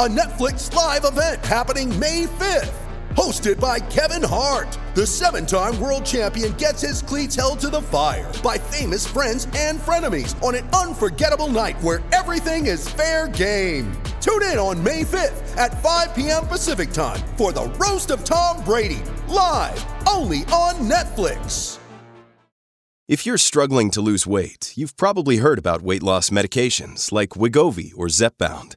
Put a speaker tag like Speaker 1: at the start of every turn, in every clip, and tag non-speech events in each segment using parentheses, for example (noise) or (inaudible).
Speaker 1: a Netflix live event happening May 5th. Hosted by Kevin Hart, the seven time world champion gets his cleats held to the fire by famous friends and frenemies on an unforgettable night where everything is fair game. Tune in on May 5th at 5 p.m. Pacific time for the Roast of Tom Brady, live only on Netflix.
Speaker 2: If you're struggling to lose weight, you've probably heard about weight loss medications like Wigovi or Zepbound,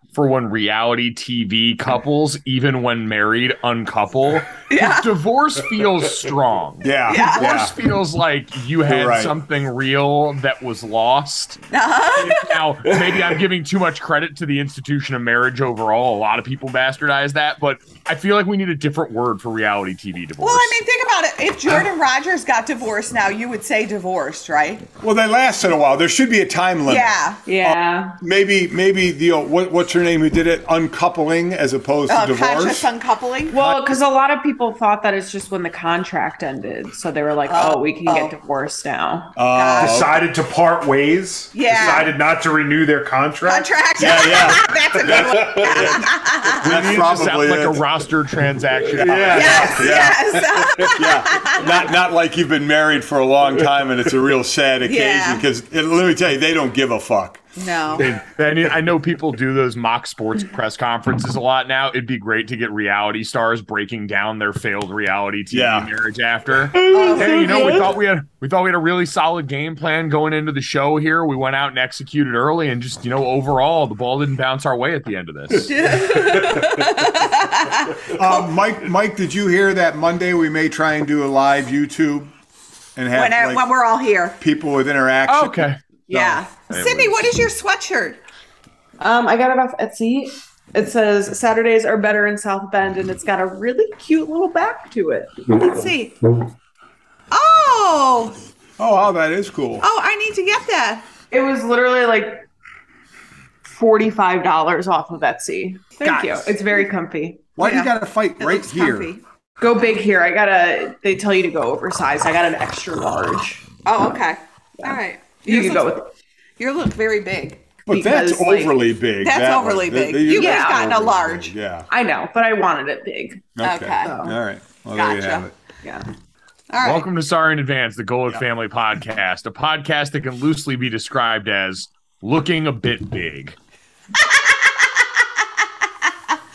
Speaker 3: for when reality TV couples, even when married, uncouple.
Speaker 4: (laughs)
Speaker 3: 'Cause Divorce feels strong.
Speaker 5: (laughs) Yeah.
Speaker 3: Divorce feels like you had
Speaker 5: You're right.
Speaker 3: something real that was lost.
Speaker 4: Uh-huh.
Speaker 3: (laughs) now, maybe I'm giving too much credit to the institution of marriage overall. A lot of people bastardize that, but I feel like we need a different word for reality TV divorce.
Speaker 4: Well, I mean, think about it. If Jordan Rogers got divorced now, you would say divorced, right?
Speaker 5: Well, they lasted a while. There should be a time limit.
Speaker 4: Yeah. Oh,
Speaker 6: Yeah.
Speaker 5: Maybe, maybe the old, what, what's her name who did it? Uncoupling as opposed to
Speaker 6: Oh,
Speaker 4: Uh,
Speaker 5: divorce.
Speaker 4: conscious uncoupling.
Speaker 6: Well, because a lot of people thought that it's just when the contract ended, so they were like, "Oh, we can get divorced now."
Speaker 7: decided to part ways.
Speaker 4: Yeah.
Speaker 7: Decided not to renew their contract.
Speaker 4: Contract.
Speaker 5: Yeah, yeah.
Speaker 4: (laughs) That's a good one.
Speaker 3: Just
Speaker 5: That's
Speaker 3: sound
Speaker 5: probably
Speaker 3: like a
Speaker 5: it.
Speaker 3: roster transaction.
Speaker 5: Yeah,
Speaker 4: Yes,
Speaker 5: yeah,
Speaker 4: yes.
Speaker 5: (laughs) yeah. Not not like you've been married for a long time and it's a real sad occasion
Speaker 4: Yeah.
Speaker 5: because let me tell you, they don't give a fuck.
Speaker 4: no.
Speaker 3: And I mean, I know people do those mock sports press conferences a lot now. It'd be great to get reality stars breaking down their failed reality TV
Speaker 5: Yeah.
Speaker 3: marriage after. hey, you know, we thought we had we thought we had a really solid game plan going into the show here. We went out and executed early, and just you know, overall, the ball didn't bounce our way at the end of this.
Speaker 5: Uh, Mike, Mike, did you hear that Monday we may try and do a live YouTube and have
Speaker 4: When, I,
Speaker 5: like,
Speaker 4: when we're Oh. all here.
Speaker 5: people with interaction?
Speaker 3: okay.
Speaker 4: Yeah.
Speaker 3: Hey,
Speaker 4: Sydney,
Speaker 3: we're-
Speaker 4: what is your sweatshirt?
Speaker 6: Um, I got it off Etsy. It says Saturdays are better in South Bend, and it's got a really cute little back to it.
Speaker 4: Let's see. Oh,
Speaker 5: Oh, wow, that is cool.
Speaker 4: oh, I need to get that.
Speaker 6: It was literally like forty-five dollars off of Etsy. Thank
Speaker 5: Guys.
Speaker 6: you. It's very comfy.
Speaker 5: Why do you
Speaker 4: Yeah.
Speaker 5: got to fight
Speaker 4: It
Speaker 5: right
Speaker 4: looks
Speaker 5: here?
Speaker 4: comfy.
Speaker 6: Go big here. I got a. They tell you to go oversized. I got an extra large.
Speaker 4: Oh, okay. All right.
Speaker 6: You
Speaker 4: Yours
Speaker 6: can go
Speaker 4: looks-
Speaker 6: with
Speaker 4: Yours look very big.
Speaker 5: But that's
Speaker 6: Because, like,
Speaker 5: overly big.
Speaker 4: That's
Speaker 5: that
Speaker 4: overly
Speaker 5: one. They-
Speaker 4: big.
Speaker 5: they
Speaker 4: You
Speaker 5: do
Speaker 6: guys
Speaker 5: that
Speaker 4: gotten a
Speaker 5: overly
Speaker 4: large.
Speaker 5: big, Yeah.
Speaker 6: I know, but I wanted it big.
Speaker 5: Okay.
Speaker 4: Okay.
Speaker 5: All right. Well, there you
Speaker 4: Gotcha.
Speaker 5: have it.
Speaker 6: Yeah.
Speaker 4: All right.
Speaker 3: Welcome to Sorry in Advance, the Gold Family Podcast, a podcast that can loosely be described as looking a bit big.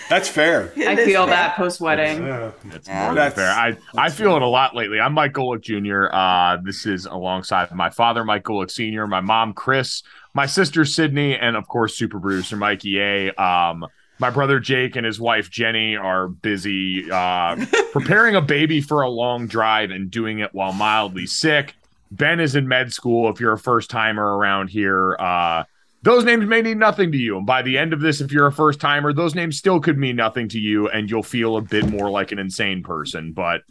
Speaker 5: That's fair.
Speaker 6: I
Speaker 4: It is
Speaker 6: feel
Speaker 4: fair.
Speaker 6: that post wedding.
Speaker 3: That's more than
Speaker 5: That's-
Speaker 3: fair. I, I feel it a lot lately. I'm Mike Golick Jr. Uh, this is alongside my father, Mike Golick Sr., my mom, Chris, my sister, Sydney, and of course, super producer Mikey A. Um, my brother Jake and his wife Jenny are busy uh, preparing a baby for a long drive and doing it while mildly sick. Ben is in med school. If you're a first timer around here, uh, those names may mean nothing to you. And by the end of this, if you're a first timer, those names still could mean nothing to you, and you'll feel a bit more like an insane person. But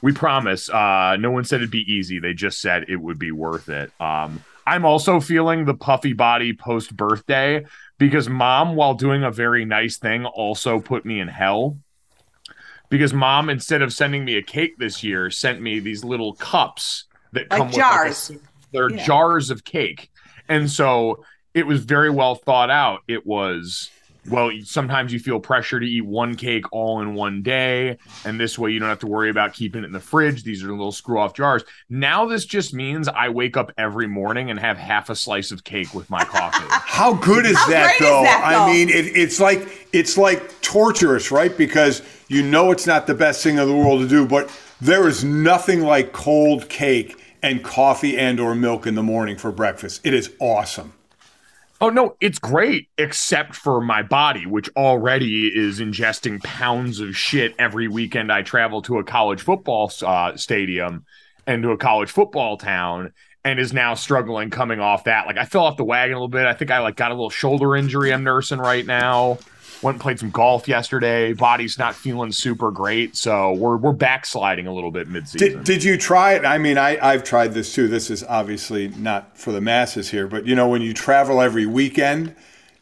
Speaker 3: we promise, uh, no one said it'd be easy. They just said it would be worth it. Um, I'm also feeling the puffy body post birthday because mom, while doing a very nice thing, also put me in hell. Because mom, instead of sending me a cake this year, sent me these little cups that
Speaker 4: Like
Speaker 3: come with a
Speaker 4: jars.
Speaker 3: they're
Speaker 4: Yeah.
Speaker 3: jars of cake. And so it was very well thought out. It was well, sometimes you feel pressure to eat one cake all in one day, and this way you don't have to worry about keeping it in the fridge. These are little screw off jars. Now this just means I wake up every morning and have half a slice of cake with my coffee.
Speaker 5: How good is,
Speaker 3: How
Speaker 5: that,
Speaker 3: great is
Speaker 5: though?
Speaker 3: that,
Speaker 5: I
Speaker 3: though?
Speaker 5: mean, it, it's like it's like torturous, right? Because you know it's not the best thing in the world to do, but there is nothing like cold cake and coffee and or milk in the morning for breakfast. It is awesome.
Speaker 3: Oh no, it's great except for my body, which already is ingesting pounds of shit every weekend I travel to a college football uh, stadium and to a college football town and is now struggling coming off that. Like I fell off the wagon a little bit. I think I like got a little shoulder injury I'm nursing right now. Went and played some golf yesterday. Body's not feeling super great, so we're we're backsliding a little bit midseason.
Speaker 5: Did, did you try it? I mean, I, I've tried this too. This is obviously not for the masses here, but you know, when you travel every weekend,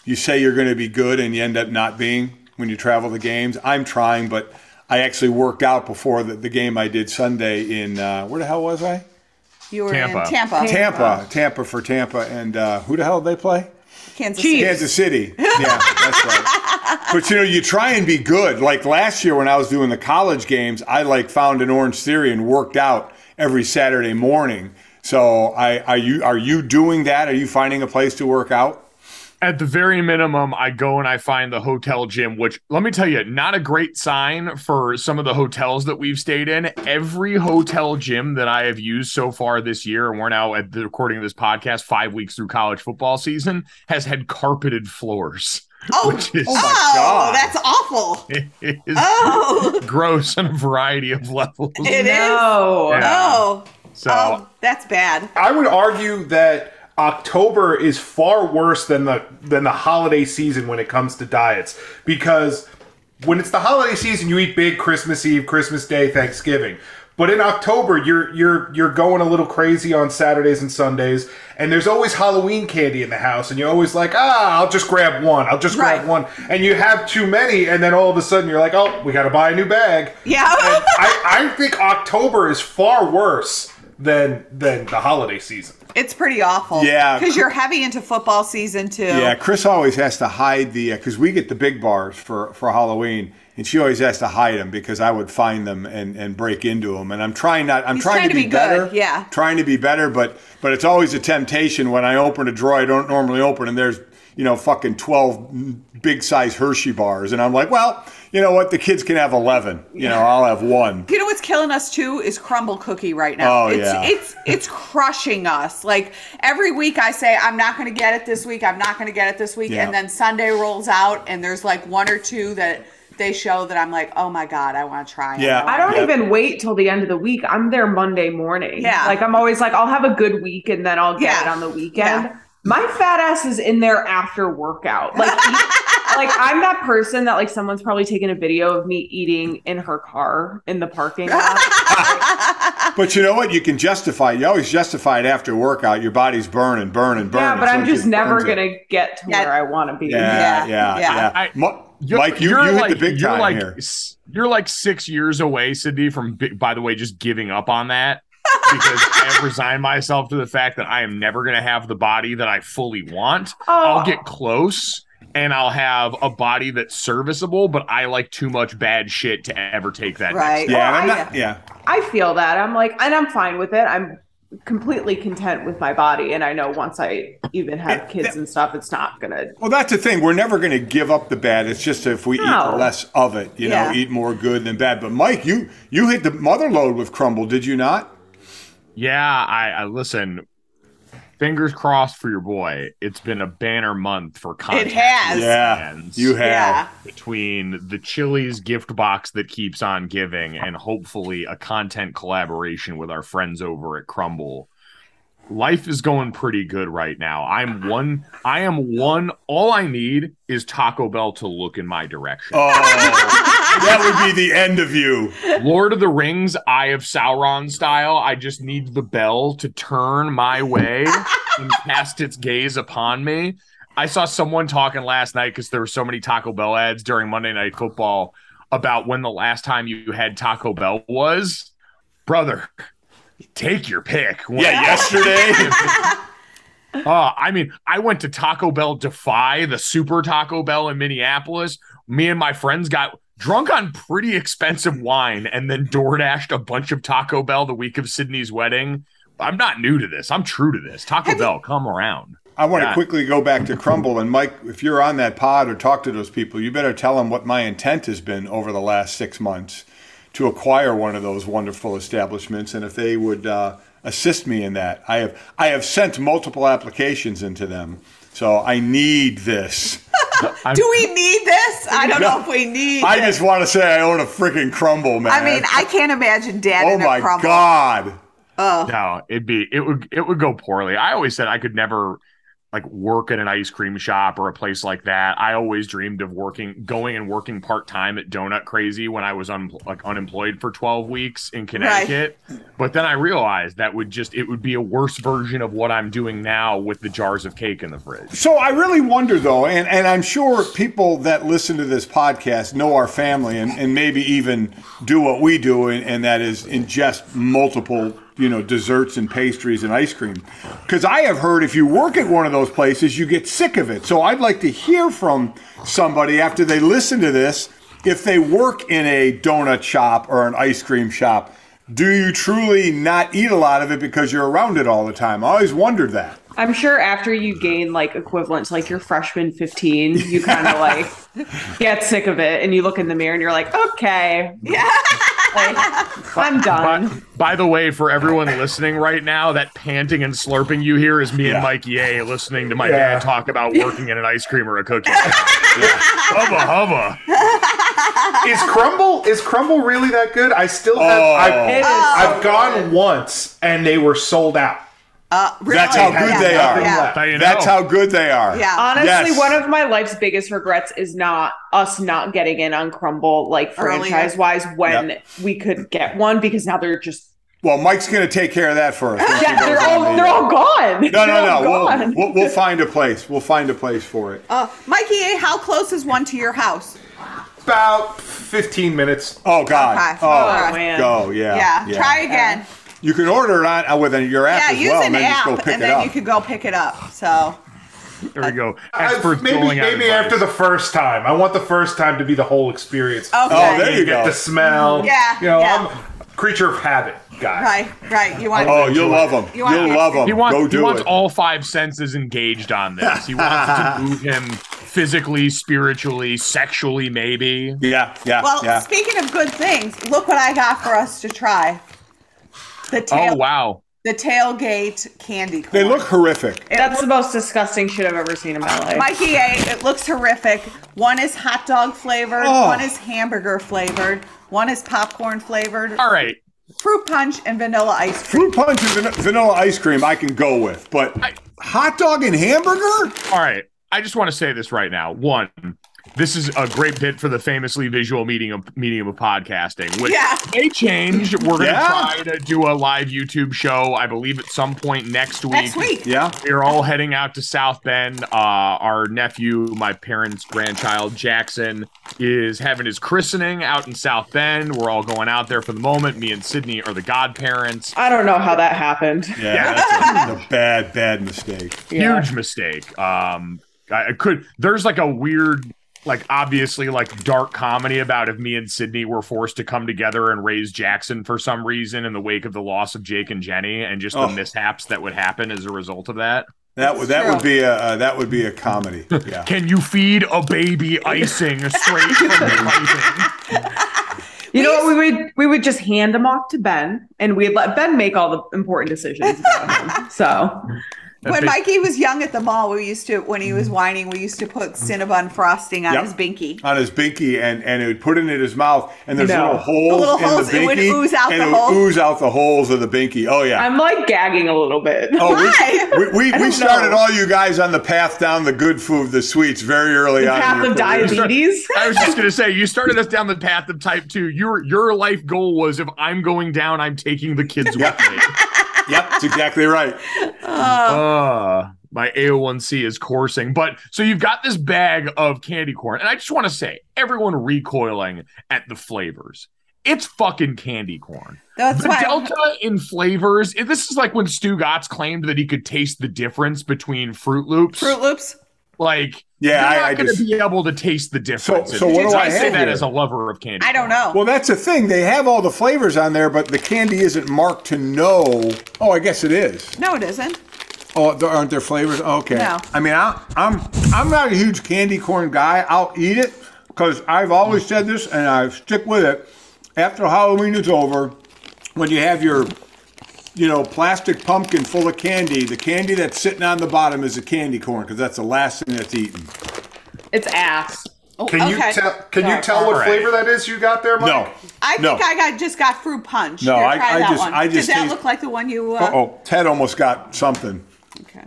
Speaker 5: you say you're going to be good and you end up not being when you travel the games. I'm trying, but I actually worked out before the, the game I did Sunday in, uh, where the hell was I?
Speaker 6: You were in Tampa.
Speaker 5: Tampa. Tampa for Tampa. And uh, who the hell did they play?
Speaker 6: Kansas City.
Speaker 5: Kansas City. (laughs) Yeah, that's right. But you know, you try and be good. Like last year when I was doing the college games, I like found an Orange Theory and worked out every Saturday morning. So I are you are you doing that? Are you finding a place to work out?
Speaker 3: at the very minimum, I go and I find the hotel gym, which let me tell you, not a great sign for some of the hotels that we've stayed in. Every hotel gym that I have used so far this year, and we're now at the recording of this podcast five weeks through college football season, has had carpeted floors. (laughs)
Speaker 6: Oh,
Speaker 3: which is,
Speaker 6: oh, that's awful.
Speaker 3: It is
Speaker 6: (laughs) Oh.
Speaker 3: gross on a variety of levels.
Speaker 6: It is.
Speaker 3: Yeah.
Speaker 6: Oh,
Speaker 3: So
Speaker 6: that's bad.
Speaker 7: I would argue that October is far worse than the than the holiday season when it comes to diets because when it's the holiday season you eat big Christmas Eve, Christmas Day, Thanksgiving. But in October you're you're you're going a little crazy on Saturdays and Sundays and there's always Halloween candy in the house and you're always like, "Ah, I'll just grab one. I'll just grab one." And you have too many and then all of a sudden you're like, "Oh, we got to buy a new bag."
Speaker 6: Yeah. (laughs)
Speaker 7: I, I think October is far worse than than the holiday season.
Speaker 6: It's pretty awful.
Speaker 5: Yeah.
Speaker 6: Because you're heavy into football season, too.
Speaker 5: Yeah, Chris always has to hide the because we get the big bars for for Halloween, and she always has to hide them because I would find them and and break into them. And I'm trying not. I'm
Speaker 6: He's
Speaker 5: trying, to be, better.
Speaker 6: good. Yeah.
Speaker 5: Trying to be better, but but it's always a temptation when I open a drawer I don't normally open, and there's you know fucking twelve big size Hershey bars, and I'm like, well, you know what, the kids can have eleven. You know, I'll have one.
Speaker 6: You know what's killing us too is crumble cookie right now.
Speaker 5: Oh,
Speaker 6: it's
Speaker 5: yeah.
Speaker 6: it's it's crushing us. Like every week I say I'm not going to get it this week. I'm not going to get it this week
Speaker 5: Yeah.
Speaker 6: and then Sunday rolls out and there's like one or two that they show that I'm like, "Oh my god, I want to try it."
Speaker 1: I don't
Speaker 6: Yeah.
Speaker 1: even wait till the end of the week. I'm there Monday morning.
Speaker 6: Yeah.
Speaker 1: Like I'm always like, I'll have a good week and then I'll get it on the weekend. My fat ass is in there after workout. Like (laughs) eat- like I'm that person that like someone's probably taken a video of me eating in her car in the parking (laughs) lot.
Speaker 5: But you know what, you can justify. it. You always justify it after a workout. Your body's burning, burning, burning.
Speaker 1: yeah, but I'm just never
Speaker 5: gonna.
Speaker 1: gonna get to where I want to be.
Speaker 5: Yeah, yeah, yeah.
Speaker 3: I-
Speaker 5: Mo-
Speaker 3: You're-
Speaker 5: Mike, you, you
Speaker 3: you're
Speaker 5: hit
Speaker 3: like-
Speaker 5: the big
Speaker 3: you're
Speaker 5: time
Speaker 3: like,
Speaker 5: here.
Speaker 3: s- You're like six years away, Sydney, from, bi- by the way, just giving up on that
Speaker 5: (laughs)
Speaker 3: because I have resigned myself to the fact that I am never going to have the body that I fully want. I'll get close and I'll have a body that's serviceable, but I like too much bad shit to ever take that. next
Speaker 1: Right.
Speaker 3: step.
Speaker 1: Yeah, and I'm Oh, I- not-
Speaker 5: yeah.
Speaker 1: I feel that. I'm like, and I'm fine with it. I'm completely content with my body. And I know once I even have kids and stuff, it's not gonna
Speaker 5: Well, that's the thing. We're never going to give up the bad. It's just if we
Speaker 1: No.
Speaker 5: eat less of it, you
Speaker 1: Yeah.
Speaker 5: know, eat more good than bad. But Mike, you you hit the mother load with crumble, did you not?
Speaker 3: Yeah, I, I listen. Fingers crossed for your boy. It's been a banner month for content.
Speaker 6: has. Yeah,
Speaker 3: plans
Speaker 6: you have. Yeah.
Speaker 3: between the Chili's gift box that keeps on giving, and hopefully a content collaboration with our friends over at Crumble. Life is going pretty good right now. I'm one. I am one. All I need is Taco Bell to look in my direction.
Speaker 5: Oh, that would be the end of you.
Speaker 3: Lord of the Rings, Eye of Sauron style. I just need the bell to turn my way and cast its gaze upon me. I saw someone talking last night because there were so many Taco Bell ads during Monday Night Football about when the last time you had Taco Bell was. Brother, take your pick. (laughs)
Speaker 5: Yeah, yesterday.
Speaker 3: Oh, I mean, I went to Taco Bell Defy, the super Taco Bell in Minneapolis. Me and my friends got drunk on pretty expensive wine and then DoorDashed a bunch of Taco Bell the week of Sydney's wedding. I'm not new to this. I'm true to this. Taco Bell, come around.
Speaker 5: I want
Speaker 3: Yeah.
Speaker 5: to quickly go back to Crumble and Mike. If you're on that pod or talk to those people, you better tell them what my intent has been over the last six months to acquire one of those wonderful establishments, and if they would uh, assist me in that, I have I have sent multiple applications into them, so I need this.
Speaker 6: Do we need this? I don't
Speaker 5: (laughs)
Speaker 6: know if we need.
Speaker 5: I
Speaker 6: this.
Speaker 5: just want to say I own a freaking Crumble, man.
Speaker 6: I mean, I can't imagine Dad
Speaker 5: oh
Speaker 6: in a
Speaker 5: my
Speaker 6: crumble.
Speaker 5: god.
Speaker 6: Oh.
Speaker 3: No, it'd be it would it would go poorly. I always said I could never like work at an ice cream shop or a place like that. I always dreamed of working going and working part-time at Donut Crazy when I was un, like unemployed for 12 weeks in Connecticut. But then I realized that would just it would be a worse version of what I'm doing now with the jars of cake in the fridge.
Speaker 5: So I really wonder though, and, and I'm sure people that listen to this podcast know our family and, and maybe even do what we do, and, and that is ingest multiple, you know, desserts and pastries and ice cream. Because I have heard if you work at one of those places, you get sick of it. So I'd like to hear from somebody after they listen to this, if they work in a donut shop or an ice cream shop, do you truly not eat a lot of it because you're around it all the time? I always wondered that.
Speaker 1: I'm sure after you gain like equivalent to like your freshman 15, you kind of
Speaker 5: (laughs)
Speaker 1: like get sick of it and you look in the mirror and you're like, okay, yeah, I'm done. (laughs)
Speaker 3: By the way, for everyone listening right now, that panting and slurping you hear is me and Mike Yeh listening to my
Speaker 7: Yeah.
Speaker 3: dad talk about working at an ice cream or
Speaker 7: (laughs)
Speaker 3: a cookie. shop. Hubba hubba.
Speaker 7: is crumble is crumble really that good? I still have.
Speaker 3: Oh.
Speaker 1: It is
Speaker 7: I've,
Speaker 6: Oh,
Speaker 7: I've
Speaker 1: so
Speaker 7: gone once and they were sold out.
Speaker 6: Uh, really?
Speaker 5: That's how good
Speaker 6: Yeah,
Speaker 5: they
Speaker 6: yeah,
Speaker 5: are.
Speaker 6: Yeah.
Speaker 3: How you
Speaker 5: That's
Speaker 3: know?
Speaker 5: how good they are.
Speaker 6: Yeah.
Speaker 1: Honestly,
Speaker 5: Yes.
Speaker 1: one of my life's biggest regrets is not us not getting in on Crumble like
Speaker 6: Earlier.
Speaker 1: franchise wise when
Speaker 5: Yep.
Speaker 1: we could get one because now they're just
Speaker 5: Well, Mike's going to take care of that for us. once he
Speaker 1: yeah, they're
Speaker 5: goes on
Speaker 1: all
Speaker 5: the-
Speaker 1: they're all gone.
Speaker 5: No,
Speaker 1: They're all
Speaker 5: no, no.
Speaker 1: gone.
Speaker 5: We'll, we'll, we'll find a place. We'll find a place for it.
Speaker 6: Uh, Mikey, A, how close is one to your house?
Speaker 7: About 15 minutes.
Speaker 5: Oh God.
Speaker 6: Okay.
Speaker 5: Oh,
Speaker 6: All right.
Speaker 1: man.
Speaker 5: go. Yeah.
Speaker 6: yeah. Try again.
Speaker 5: You can order it on uh, with your app
Speaker 6: Yeah.
Speaker 5: as
Speaker 6: use
Speaker 5: well,
Speaker 6: an
Speaker 5: and then just
Speaker 6: app,
Speaker 5: go pick
Speaker 6: and
Speaker 5: it
Speaker 6: then
Speaker 5: up.
Speaker 6: you could go pick it up. So
Speaker 3: There we go.
Speaker 7: I've-
Speaker 3: Experts
Speaker 7: maybe
Speaker 3: doling out
Speaker 7: maybe
Speaker 3: advice.
Speaker 7: after the first time. I want the first time to be the whole experience.
Speaker 6: Okay.
Speaker 5: Oh, there you
Speaker 7: get
Speaker 5: go.
Speaker 7: the smell.
Speaker 6: Yeah,
Speaker 7: You know,
Speaker 6: yeah.
Speaker 7: I'm a creature of habit guy.
Speaker 6: right, right. You want?
Speaker 5: Oh, you'll love them.
Speaker 6: You
Speaker 5: You
Speaker 6: want-
Speaker 5: will love them.
Speaker 3: He wants,
Speaker 5: go
Speaker 3: he
Speaker 5: do
Speaker 3: wants
Speaker 5: it.
Speaker 3: all five senses engaged on this. He wants to
Speaker 5: (laughs)
Speaker 3: move him physically, spiritually, sexually, maybe.
Speaker 5: yeah. Yeah.
Speaker 6: Well,
Speaker 5: yeah.
Speaker 6: speaking of good things, look what I got for us to try. The tail,
Speaker 3: Oh wow.
Speaker 6: the tailgate candy corn.
Speaker 5: they look horrific.
Speaker 1: That's the most disgusting shit I've ever seen in my life.
Speaker 6: Mikey A, it looks horrific. One is hot dog flavored,
Speaker 5: Oh.
Speaker 6: one is hamburger flavored, one is popcorn flavored,
Speaker 3: All right.
Speaker 6: fruit punch, and vanilla ice cream.
Speaker 5: Fruit punch and van- vanilla ice cream I can go with, but
Speaker 3: I-
Speaker 5: hot dog and hamburger?
Speaker 3: All right. I just want to say this right now. One, this is a great bit for the famously visual medium of, medium of podcasting, which
Speaker 6: Yeah.
Speaker 3: may change. We're gonna
Speaker 5: Yeah.
Speaker 3: try to do a live YouTube show, I believe, at some point next week.
Speaker 6: Next week.
Speaker 5: Yeah.
Speaker 3: we are all heading out to South Bend. Uh, our nephew, my parents' grandchild, Jackson, is having his christening out in South Bend. We're all going out there for the moment. Me and Sydney are the godparents.
Speaker 1: I don't know how that happened.
Speaker 5: Yeah. That's a, a bad, bad mistake.
Speaker 1: Yeah.
Speaker 3: Huge mistake. Um, I, I could. There's like a weird, like obviously like dark comedy about if me and Sydney were forced to come together and raise Jackson for some reason in the wake of the loss of Jake and Jenny and just
Speaker 5: Oh.
Speaker 3: the mishaps that would happen as a result of that.
Speaker 5: That would that
Speaker 6: true.
Speaker 5: would be a uh, that would be a comedy. Yeah.
Speaker 3: Can you feed a baby icing straight from the
Speaker 1: You know what? We would we would just hand them off to Ben, and we'd let Ben make all the important decisions
Speaker 6: (laughs)
Speaker 1: about him. So
Speaker 6: When Mikey was young at the mall, we used to, when he was whining, we used to put Cinnabon frosting on
Speaker 5: Mm-hmm. Yep. Uh,
Speaker 6: his binky.
Speaker 5: on his binky and and it would put it in his mouth and there's
Speaker 1: No.
Speaker 5: little holes
Speaker 6: little
Speaker 5: in
Speaker 6: holes,
Speaker 5: the binky
Speaker 6: it would ooze out
Speaker 5: and
Speaker 6: the
Speaker 5: it would
Speaker 6: holes.
Speaker 5: ooze out the holes of the binky. Oh yeah.
Speaker 1: I'm like gagging a little bit.
Speaker 5: Oh,
Speaker 6: Why? (laughs)
Speaker 5: we, we, we, we
Speaker 1: don't
Speaker 5: started
Speaker 1: know.
Speaker 5: all you guys on the path down the good food, the sweets, very early
Speaker 1: the
Speaker 5: on. in
Speaker 1: path
Speaker 5: your
Speaker 1: of
Speaker 5: careers.
Speaker 1: diabetes.
Speaker 3: I was just gonna say you started us down the path of type two. Your your life goal was if I'm going down, I'm taking the kids with me.
Speaker 5: Yep, that's exactly right.
Speaker 3: Uh, my AO1C is coursing. But so you've got this bag of candy corn, and I just want to say everyone recoiling at the flavors. It's fucking candy corn.
Speaker 6: That's
Speaker 3: the
Speaker 6: why-
Speaker 3: delta in flavors. it- This is like when Stu Gotts claimed that he could taste the difference between Fruit Loops.
Speaker 6: Fruit Loops.
Speaker 3: Like,
Speaker 5: Yeah,
Speaker 3: you're
Speaker 5: I-
Speaker 3: not
Speaker 5: I
Speaker 3: going to
Speaker 5: just-
Speaker 3: be able to taste the difference.
Speaker 5: so what do I
Speaker 3: say
Speaker 5: have
Speaker 3: that
Speaker 5: here?
Speaker 3: as a lover of candy.
Speaker 6: I don't know.
Speaker 5: Well, that's the thing. They have all the flavors on there, but the candy isn't marked to know. Oh, I guess it is.
Speaker 6: No, it isn't.
Speaker 5: Oh, there aren't there flavors? Okay.
Speaker 6: No.
Speaker 5: I mean, I, I'm I'm not a huge candy corn guy. I'll eat it because I've always said this, and I stick with it. After Halloween is over, when you have your you know, plastic pumpkin full of candy. The candy that's sitting on the bottom is a candy corn because that's the last thing that's eaten.
Speaker 1: It's ass.
Speaker 6: Oh,
Speaker 7: Can you
Speaker 6: okay.
Speaker 7: tell? Can
Speaker 6: Yeah.
Speaker 7: you tell what
Speaker 3: Alright.
Speaker 7: flavor that is you got there, Mike?
Speaker 5: No,
Speaker 6: I think
Speaker 5: no.
Speaker 6: I got just got fruit punch.
Speaker 5: No,
Speaker 6: Here,
Speaker 5: I-
Speaker 6: try
Speaker 5: I
Speaker 6: that
Speaker 5: just-
Speaker 6: one.
Speaker 5: I
Speaker 6: Does
Speaker 5: just
Speaker 6: that
Speaker 5: taste-
Speaker 6: look like the one you? Uh,
Speaker 5: Oh, Ted almost got something.
Speaker 6: Okay.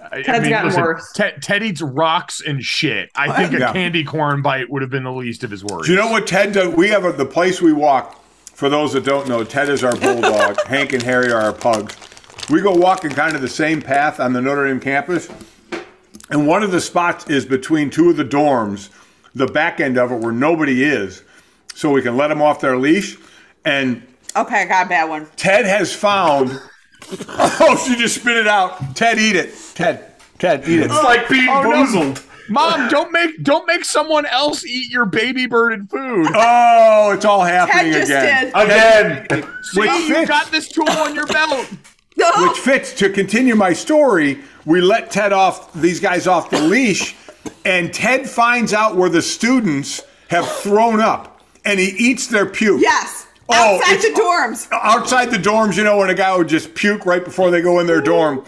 Speaker 3: I- I
Speaker 1: Ted's gotten worse.
Speaker 3: Ted, Ted eats rocks and shit. I think a
Speaker 5: Yeah.
Speaker 3: candy corn bite would have been the least of his worries.
Speaker 5: Do you know what Ted does? We have a, the place we walk. For those that don't know, Ted is our
Speaker 6: (laughs)
Speaker 5: bulldog. Hank and Harry are our pugs. We go walking kind of the same path on the Notre Dame campus, and one of the spots is between two of the dorms, the back end of it where nobody is, so we can let them off their leash. And
Speaker 6: Okay, I got a bad one.
Speaker 5: Ted has found. (laughs) Oh, she just spit it out. Ted, eat it. Ted, Ted, eat it.
Speaker 7: It's like being
Speaker 3: Oh, no.
Speaker 7: boozled.
Speaker 3: Mom, don't make don't make someone else eat your baby birded food.
Speaker 5: Oh, it's all
Speaker 6: Ted
Speaker 5: happening
Speaker 6: just
Speaker 5: again. Uh,
Speaker 6: did.
Speaker 7: Again,
Speaker 3: See,
Speaker 5: Which
Speaker 3: you
Speaker 5: fits.
Speaker 3: got this tool on your
Speaker 5: (laughs)
Speaker 3: belt.
Speaker 5: Which fits to continue my story. We let Ted off these guys off the leash, and Ted finds out where the students have thrown up, and he eats their puke.
Speaker 6: Yes.
Speaker 5: Oh,
Speaker 6: Outside
Speaker 5: it's-
Speaker 6: the dorms.
Speaker 5: Outside the dorms, you know, when a guy would just puke right before they go in their dorm.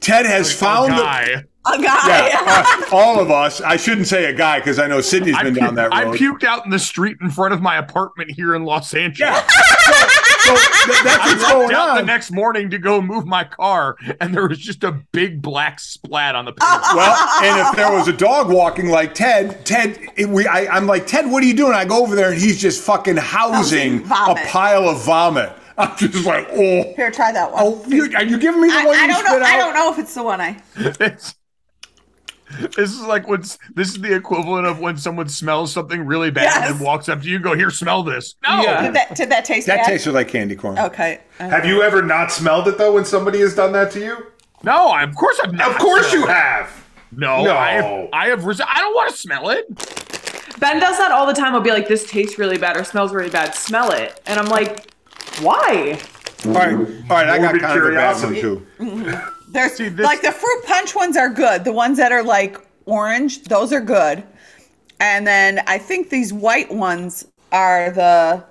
Speaker 5: Ted has found the-
Speaker 3: Guy.
Speaker 6: A guy.
Speaker 5: (laughs) yeah, uh, all of us. I shouldn't say a guy because I know Sydney's
Speaker 3: I,
Speaker 5: been
Speaker 3: pu-
Speaker 5: down that
Speaker 3: I
Speaker 5: road.
Speaker 3: puked out in the street in front of my apartment here in Los Angeles.
Speaker 5: Yeah. So, so th- that's what's
Speaker 3: I
Speaker 5: going
Speaker 3: walked out the
Speaker 5: on.
Speaker 3: next morning to go move my car, and there was just a big black splat on the pavement.
Speaker 5: (laughs) Well, and if there was a dog walking like Ted, Ted, it- we, I, I'm like Ted, what are you doing? I go over there and he's just fucking housing
Speaker 6: Housing
Speaker 5: a
Speaker 6: vomit.
Speaker 5: pile of vomit. (laughs) I'm just like, oh,
Speaker 6: Here, try that one.
Speaker 5: oh, you, are you giving me the
Speaker 6: I,
Speaker 5: one
Speaker 6: I
Speaker 5: you
Speaker 6: don't
Speaker 5: spit
Speaker 6: know. I
Speaker 5: out?
Speaker 6: don't know if it's the one I.
Speaker 3: this, this is like what's this is the equivalent of when someone smells something really bad and
Speaker 6: Yes.
Speaker 3: then walks up to you and go, here, smell this. No.
Speaker 1: Yeah.
Speaker 6: Did that, did that taste
Speaker 5: Oh. That
Speaker 6: bad?
Speaker 5: tasted like candy corn.
Speaker 6: okay. Uh,
Speaker 7: have you ever not smelled it though when somebody has done that to you?
Speaker 3: No, I, of course I've not.
Speaker 7: Of course
Speaker 3: smelled
Speaker 7: you
Speaker 3: it.
Speaker 7: have.
Speaker 3: No,
Speaker 7: No.
Speaker 3: I have I have resi- I don't want to smell it.
Speaker 1: Ben does that all the time. He'll be like, "This tastes really bad or smells really bad. Smell it," and I'm like, "Why?"
Speaker 5: All right, all right, I got
Speaker 7: Morbid
Speaker 5: kind of a bad one
Speaker 7: curiosity.
Speaker 5: too.
Speaker 6: There's
Speaker 3: See, this-
Speaker 6: like the fruit punch ones are good. The ones that are like orange, those are good. And then I think these white ones are the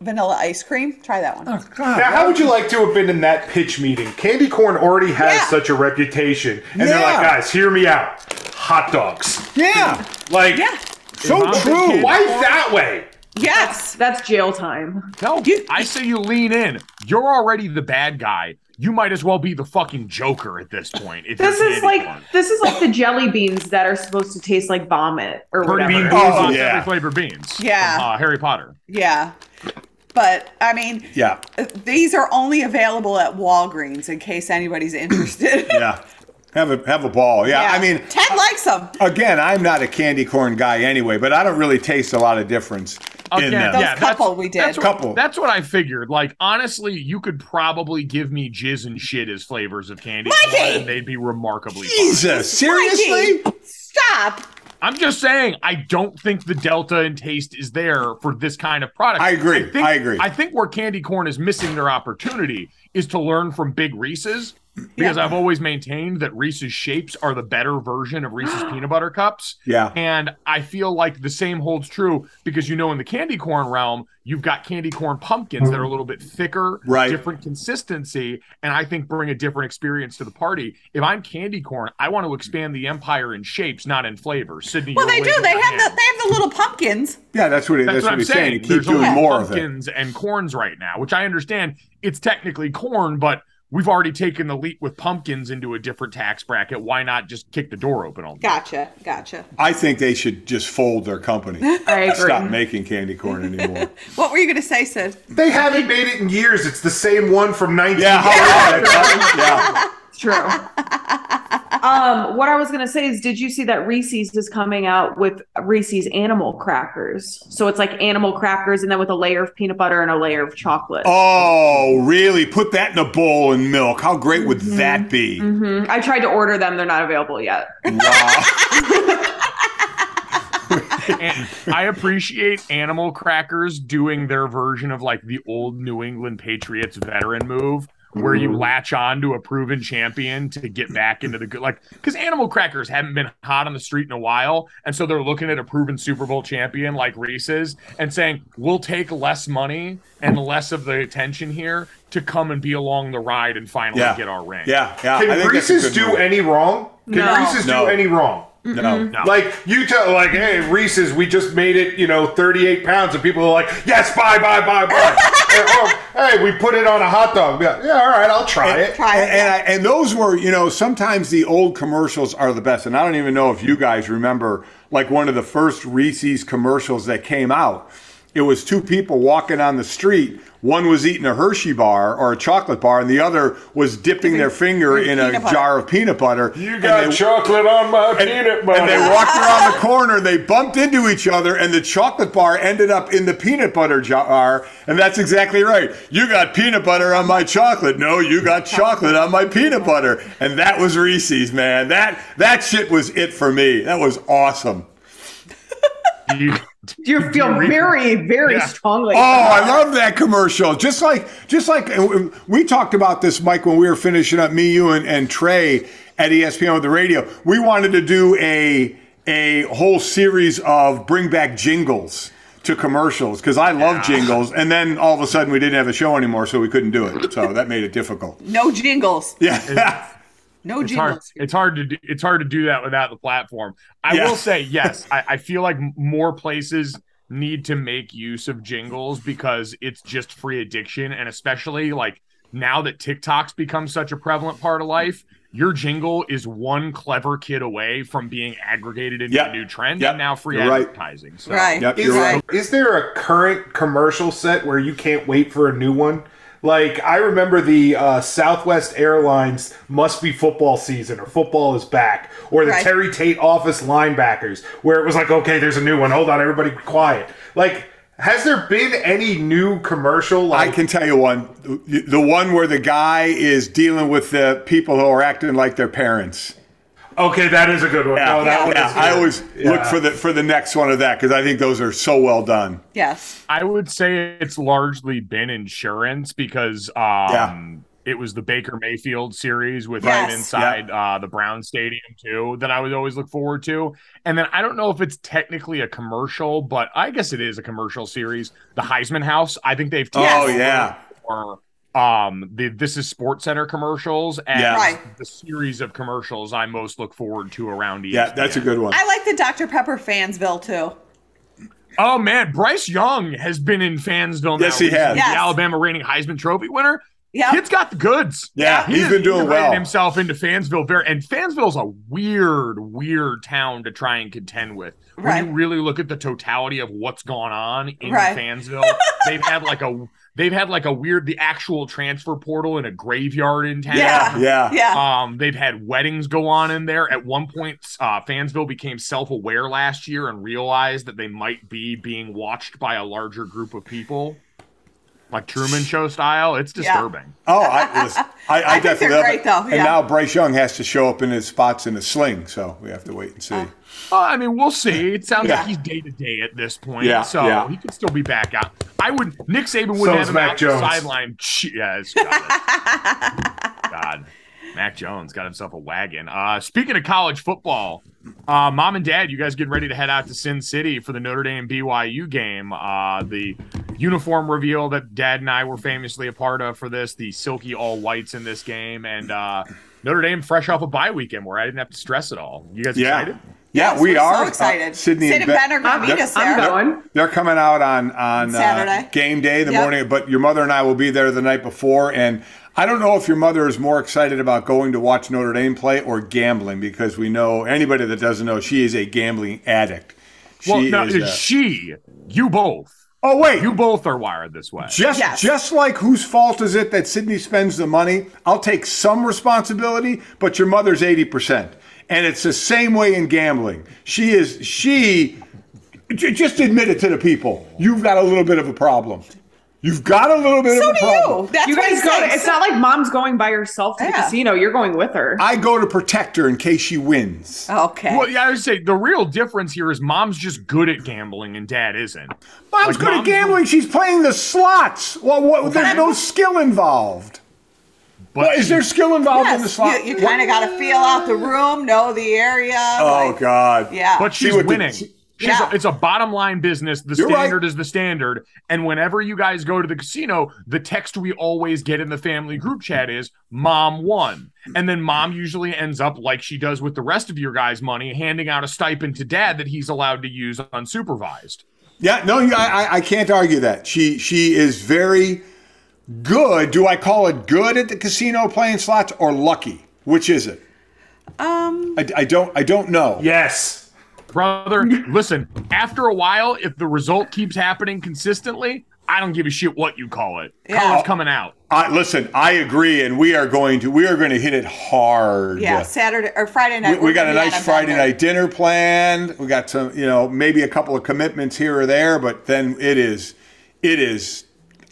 Speaker 6: vanilla ice cream. Try that one.
Speaker 7: Now, how would you like to have been in that pitch meeting? Candy corn already has
Speaker 6: Yeah.
Speaker 7: such a reputation, and they're like,
Speaker 5: Yeah.
Speaker 7: guys, hear me out. Hot dogs,
Speaker 5: Yeah,
Speaker 7: like,
Speaker 6: Yeah.
Speaker 5: so true.
Speaker 7: why that way?
Speaker 6: Yes.
Speaker 1: That's jail time.
Speaker 3: No, I say you lean in. You're already the bad guy. You might as well be the fucking Joker at this point. If
Speaker 1: This
Speaker 3: you're
Speaker 1: is
Speaker 3: candy
Speaker 1: like
Speaker 3: corn.
Speaker 1: this is like the jelly beans that are supposed to taste like vomit or
Speaker 3: Birdie
Speaker 1: whatever.
Speaker 3: bean
Speaker 7: Oh,
Speaker 3: boozled on
Speaker 5: yeah.
Speaker 3: every flavor beans.
Speaker 6: Yeah.
Speaker 3: from, uh, Harry Potter.
Speaker 6: Yeah. But I mean,
Speaker 5: Yeah,
Speaker 6: these are only available at Walgreens in case
Speaker 5: (clears throat)
Speaker 6: anybody's interested.
Speaker 5: yeah. Have a have a ball. Yeah, I mean, uh,
Speaker 6: Ted likes them.
Speaker 5: again, I'm not a candy corn guy anyway, but I don't really taste a lot of difference
Speaker 3: Oh,
Speaker 5: in them.
Speaker 6: Those couple we did.
Speaker 3: That's what,
Speaker 5: Couple.
Speaker 3: That's what I figured. Like honestly, you could probably give me jizz and shit as flavors of candy, corn,
Speaker 6: Mikey!
Speaker 3: and they'd
Speaker 6: (laughs)
Speaker 3: be remarkably. fine.
Speaker 5: Jesus, seriously?
Speaker 6: Mikey, stop.
Speaker 3: I'm just saying, I don't think the delta in taste is there for this kind of product.
Speaker 5: I agree.
Speaker 3: think-
Speaker 5: I agree.
Speaker 3: I think where candy corn is missing their opportunity is to learn from Big Reese's. Because I've always maintained that Reese's shapes are the better version of Reese's peanut butter cups.
Speaker 5: Yeah.
Speaker 3: And I feel like the same holds true because you know in the candy corn realm, you've got candy corn pumpkins that are a little bit thicker,
Speaker 5: Right.
Speaker 3: different consistency, and I think bring a different experience to the party. If I'm candy corn, I want to expand the empire in shapes, not in flavors. Sydney,
Speaker 6: Well,
Speaker 3: you're
Speaker 6: they do.
Speaker 3: waving
Speaker 6: They
Speaker 3: your
Speaker 6: have the
Speaker 3: hand.
Speaker 6: they have the little pumpkins.
Speaker 5: Yeah, that's what, he, that's
Speaker 3: That's, what I'm
Speaker 5: he's
Speaker 3: saying.
Speaker 5: saying. to Keep
Speaker 3: There's
Speaker 5: doing
Speaker 3: only
Speaker 5: more of it.
Speaker 3: pumpkins and corns right now, which I understand. It's technically corn, but we've already taken the leap with pumpkins into a different tax bracket. Why not just kick the door open on?
Speaker 6: Gotcha. Gotcha.
Speaker 5: I think they should just fold their company.
Speaker 1: (laughs) I agree.
Speaker 5: Stop making candy corn anymore.
Speaker 6: What were you gonna say, Sid? (laughs)
Speaker 7: They haven't made it in years. It's the same one from 19.
Speaker 5: yeah, how are you? yeah.
Speaker 1: True. um, what I was gonna say is, did you see that Reese's is coming out with Reese's animal crackers? So it's like animal crackers, and then with a layer of peanut butter and a layer of chocolate.
Speaker 5: Oh, really? Put that in a bowl and milk. How great would
Speaker 1: Mm-hmm.
Speaker 5: that be?
Speaker 1: hmm I tried to order them; they're not available yet.
Speaker 3: And I appreciate animal crackers doing their version of like the old New England Patriots veteran move where you
Speaker 7: Ooh.
Speaker 5: Mm-hmm.
Speaker 3: latch on to a proven champion to get back into the good like because animal crackers haven't been hot on the street in a while and so they're looking at a proven super bowl champion like reese's and saying we'll take less money and less of the attention here to come and be along the ride and finally
Speaker 5: Yeah.
Speaker 3: get our ring
Speaker 5: Yeah, yeah.
Speaker 7: Can
Speaker 5: I think that's a
Speaker 7: Reese's
Speaker 5: good
Speaker 7: do
Speaker 5: move.
Speaker 7: any wrong? Can
Speaker 1: No.
Speaker 7: Reese's
Speaker 5: No.
Speaker 7: do any wrong?
Speaker 5: No.
Speaker 3: No.
Speaker 7: Like you tell, like, hey, Reese's, we just made it, you know, 38 pounds, and people are like, yes, buy, buy, buy, buy.
Speaker 6: (laughs)
Speaker 7: Hey, oh,
Speaker 1: um,
Speaker 7: hey, we put it on a hot dog. Yeah, yeah, all right, I'll try it.
Speaker 6: Try
Speaker 5: And,
Speaker 6: it.
Speaker 5: and, I, and those were, you know, sometimes the old commercials are the best. And I don't even know if you guys remember, like one of the first Reese's commercials that came out. It was two people walking on the street. One was eating a Hershey bar or a chocolate bar, and the other was dipping their finger in a
Speaker 6: peanut butter.
Speaker 5: jar of peanut butter.
Speaker 7: You
Speaker 5: And
Speaker 7: got
Speaker 5: they-
Speaker 7: chocolate on my peanut butter.
Speaker 5: and they
Speaker 7: (laughs)
Speaker 5: walked around the corner, they bumped into each other, and the chocolate bar ended up in the peanut butter jar. And that's exactly right. You got peanut butter on my chocolate. No, you got chocolate on my peanut butter. And that was Reese's, man. That that shit was it for me. That was awesome.
Speaker 3: You-
Speaker 1: You feel
Speaker 3: Reese's-
Speaker 1: very, very
Speaker 3: Yeah.
Speaker 1: strongly.
Speaker 5: Oh, I love that commercial. Just like, just like and we talked about this, Mike, when we were finishing up, me, you, and, and Trey at E ESPN with the radio. We wanted to do a a whole series of bring back jingles to commercials because I love jingles. And then all of a sudden, we didn't have a show anymore, so we couldn't do it. So that made it difficult.
Speaker 6: No jingles.
Speaker 5: Yeah.
Speaker 6: No
Speaker 3: it's hard.
Speaker 6: jingles.
Speaker 3: It's hard to do, it's hard to do that without the platform. I
Speaker 5: Yeah.
Speaker 3: will say yes. I, I feel like m- more places need to make use of jingles because it's just free addiction, and especially like now that TikTok's become such a prevalent part of life. Your jingle is one clever kid away from being aggregated into
Speaker 5: Yep.
Speaker 3: a new trend
Speaker 5: Yep.
Speaker 3: and now free
Speaker 5: You're right.
Speaker 3: advertising. So
Speaker 6: Right.
Speaker 5: Yep,
Speaker 7: Is,
Speaker 5: you're right.
Speaker 7: is there a current commercial set where you can't wait for a new one? Like I remember the uh, Southwest Airlines must be football season or football is back or the
Speaker 6: Right.
Speaker 7: Terry Tate office linebackers where it was like okay there's a new one hold on everybody be quiet like has there been any new commercial like
Speaker 5: I can tell you one. The the one where the guy is dealing with the people who are acting like their parents.
Speaker 7: okay that is a good one
Speaker 5: Yeah,
Speaker 7: no, that one
Speaker 5: yeah.
Speaker 7: is
Speaker 5: I
Speaker 7: good.
Speaker 5: always look
Speaker 7: Yeah.
Speaker 5: for the for the next one of that because I think those are so well done.
Speaker 6: Yes.
Speaker 3: I would say it's largely been insurance because um it was the Baker Mayfield series with
Speaker 6: Yes.
Speaker 3: him inside uh, the Brown Stadium too that I would always look forward to. And then I don't know if it's technically a commercial, but I guess it is a commercial series. The Heisman House, I think they've
Speaker 5: Oh
Speaker 3: taken
Speaker 5: yeah,
Speaker 3: over for um the This Is Sports Center commercials and
Speaker 5: Yeah.
Speaker 6: Right.
Speaker 3: the series of commercials I most look forward to around E ESPN.
Speaker 5: yeah, that's a good one.
Speaker 6: I like the Dr. Pepper Fansville too.
Speaker 3: Oh man, Bryce Young has been in Fansville.
Speaker 5: Yes,
Speaker 3: now.
Speaker 5: he has.
Speaker 3: He's
Speaker 6: Yes.
Speaker 3: The Alabama reigning Heisman Trophy winner.
Speaker 6: Yep.
Speaker 3: Kid's got the goods.
Speaker 5: Yeah,
Speaker 3: He
Speaker 5: he's
Speaker 3: has
Speaker 5: been doing
Speaker 3: integrated
Speaker 5: well.
Speaker 3: Himself into Fansville, very, and Fansville's a weird, weird town to try and contend with. When
Speaker 6: Right.
Speaker 3: you really look at the totality of what's gone on in
Speaker 6: Right. (laughs)
Speaker 3: Fansville, they've had like a they've had like a weird the actual transfer portal in a graveyard in town.
Speaker 6: Yeah.
Speaker 5: yeah,
Speaker 6: Yeah.
Speaker 3: Um, they've had weddings go on in there. At one point, uh, Fansville became self-aware last year and realized that they might be being watched by a larger group of people, like Truman Show style. It's disturbing.
Speaker 5: Oh, I, listen, I, I,
Speaker 6: I think they're
Speaker 5: definitely love
Speaker 6: great,
Speaker 5: it.
Speaker 6: though,
Speaker 5: And
Speaker 6: yeah.
Speaker 5: now Bryce Young has to show up in his spots in a sling, so we have to wait and see.
Speaker 6: Oh.
Speaker 3: Uh, I mean, we'll see. It sounds
Speaker 5: Yeah.
Speaker 3: like he's day to day at this point,
Speaker 5: Yeah,
Speaker 3: so
Speaker 5: yeah.
Speaker 3: he could still be back out. I would. Nick Saban would
Speaker 7: So
Speaker 3: have
Speaker 7: is
Speaker 3: him
Speaker 7: Mac
Speaker 3: out
Speaker 7: Jones.
Speaker 3: the sideline. (laughs) Ch- Yeah, it's got it. God, Mac Jones got himself a wagon. Uh, speaking of college football, uh, mom and dad, you guys getting ready to head out to Sin City for the Notre Dame BYU game? Uh, the uniform reveal that dad and I were famously a part of for this. The silky all whites in this game, and uh, Notre Dame fresh off a bye weekend where I didn't have to stress at all. You guys
Speaker 5: Yeah,
Speaker 3: excited?
Speaker 5: yeah,
Speaker 6: Yes,
Speaker 5: we
Speaker 6: we're so
Speaker 5: are Uh,
Speaker 6: excited.
Speaker 5: Sydney,
Speaker 6: Sid and Ben are going to
Speaker 1: I'm,
Speaker 6: meet
Speaker 5: Yep.
Speaker 6: us
Speaker 1: I'm
Speaker 6: there.
Speaker 1: going.
Speaker 5: They're coming out on on
Speaker 6: Saturday.
Speaker 5: Uh, game day the
Speaker 6: Yep.
Speaker 5: morning, but your mother and I will be there the night before. And I don't know if your mother is more excited about going to watch Notre Dame play or gambling because we know anybody that doesn't know she is a gambling addict. She
Speaker 3: well, no,
Speaker 5: is. uh,
Speaker 3: she, you both.
Speaker 5: Oh wait,
Speaker 3: you both are wired this way.
Speaker 5: Just just like whose fault is it that Sydney spends the money? I'll take some responsibility, but your mother's 80%. And it's the same way in gambling. She is she j- just admit it to the people. You've got a little bit of a problem. You've got a little bit of a problem.
Speaker 1: you guys go. To, it's not like mom's going by herself to the casino. You're going with her.
Speaker 5: I go to protect her in case she wins.
Speaker 6: Okay.
Speaker 3: Well, yeah, I would say the real difference here is mom's just good at gambling and dad isn't.
Speaker 5: Mom's good at gambling. She's playing the slots. Well, what, there's no skill involved. But is there skill involved in the
Speaker 6: Yes,
Speaker 5: slot?
Speaker 6: you, you kind of got to feel out the room, know the area.
Speaker 5: Oh
Speaker 6: like-
Speaker 5: God!
Speaker 6: Yeah.
Speaker 3: But
Speaker 6: See
Speaker 3: she's
Speaker 6: what the-
Speaker 3: winning.
Speaker 6: she-
Speaker 3: She's-
Speaker 6: Yeah.
Speaker 3: it's a bottom line business. The
Speaker 5: You're right.
Speaker 3: standard is the standard. And whenever you guys go to the casino, the text we always get in the family group chat is mom won. And then mom usually ends up like she does with the rest of your guys' money, handing out a stipend to dad that he's allowed to use unsupervised.
Speaker 5: Yeah, no, you- I, I- I can't argue that. She she is very good. Do I call it good at the casino playing slots or lucky? Which is it?
Speaker 6: Um,
Speaker 5: I, I don't I don't know.
Speaker 7: Yes,
Speaker 5: (laughs)
Speaker 3: brother. listen, after a while, if the result keeps happening consistently, I don't give a shit what you call it. Color's coming out.
Speaker 5: I, listen, I agree, and we are going to we are going to hit it hard.
Speaker 6: yeah, Saturday or Friday
Speaker 5: We,
Speaker 6: night.
Speaker 5: we
Speaker 6: we're
Speaker 5: got
Speaker 6: gonna
Speaker 5: a
Speaker 6: be
Speaker 5: nice
Speaker 6: on
Speaker 5: Friday
Speaker 6: bender.
Speaker 5: night dinner planned. We got some, you know, maybe a couple of commitments here or there, but then it is, it is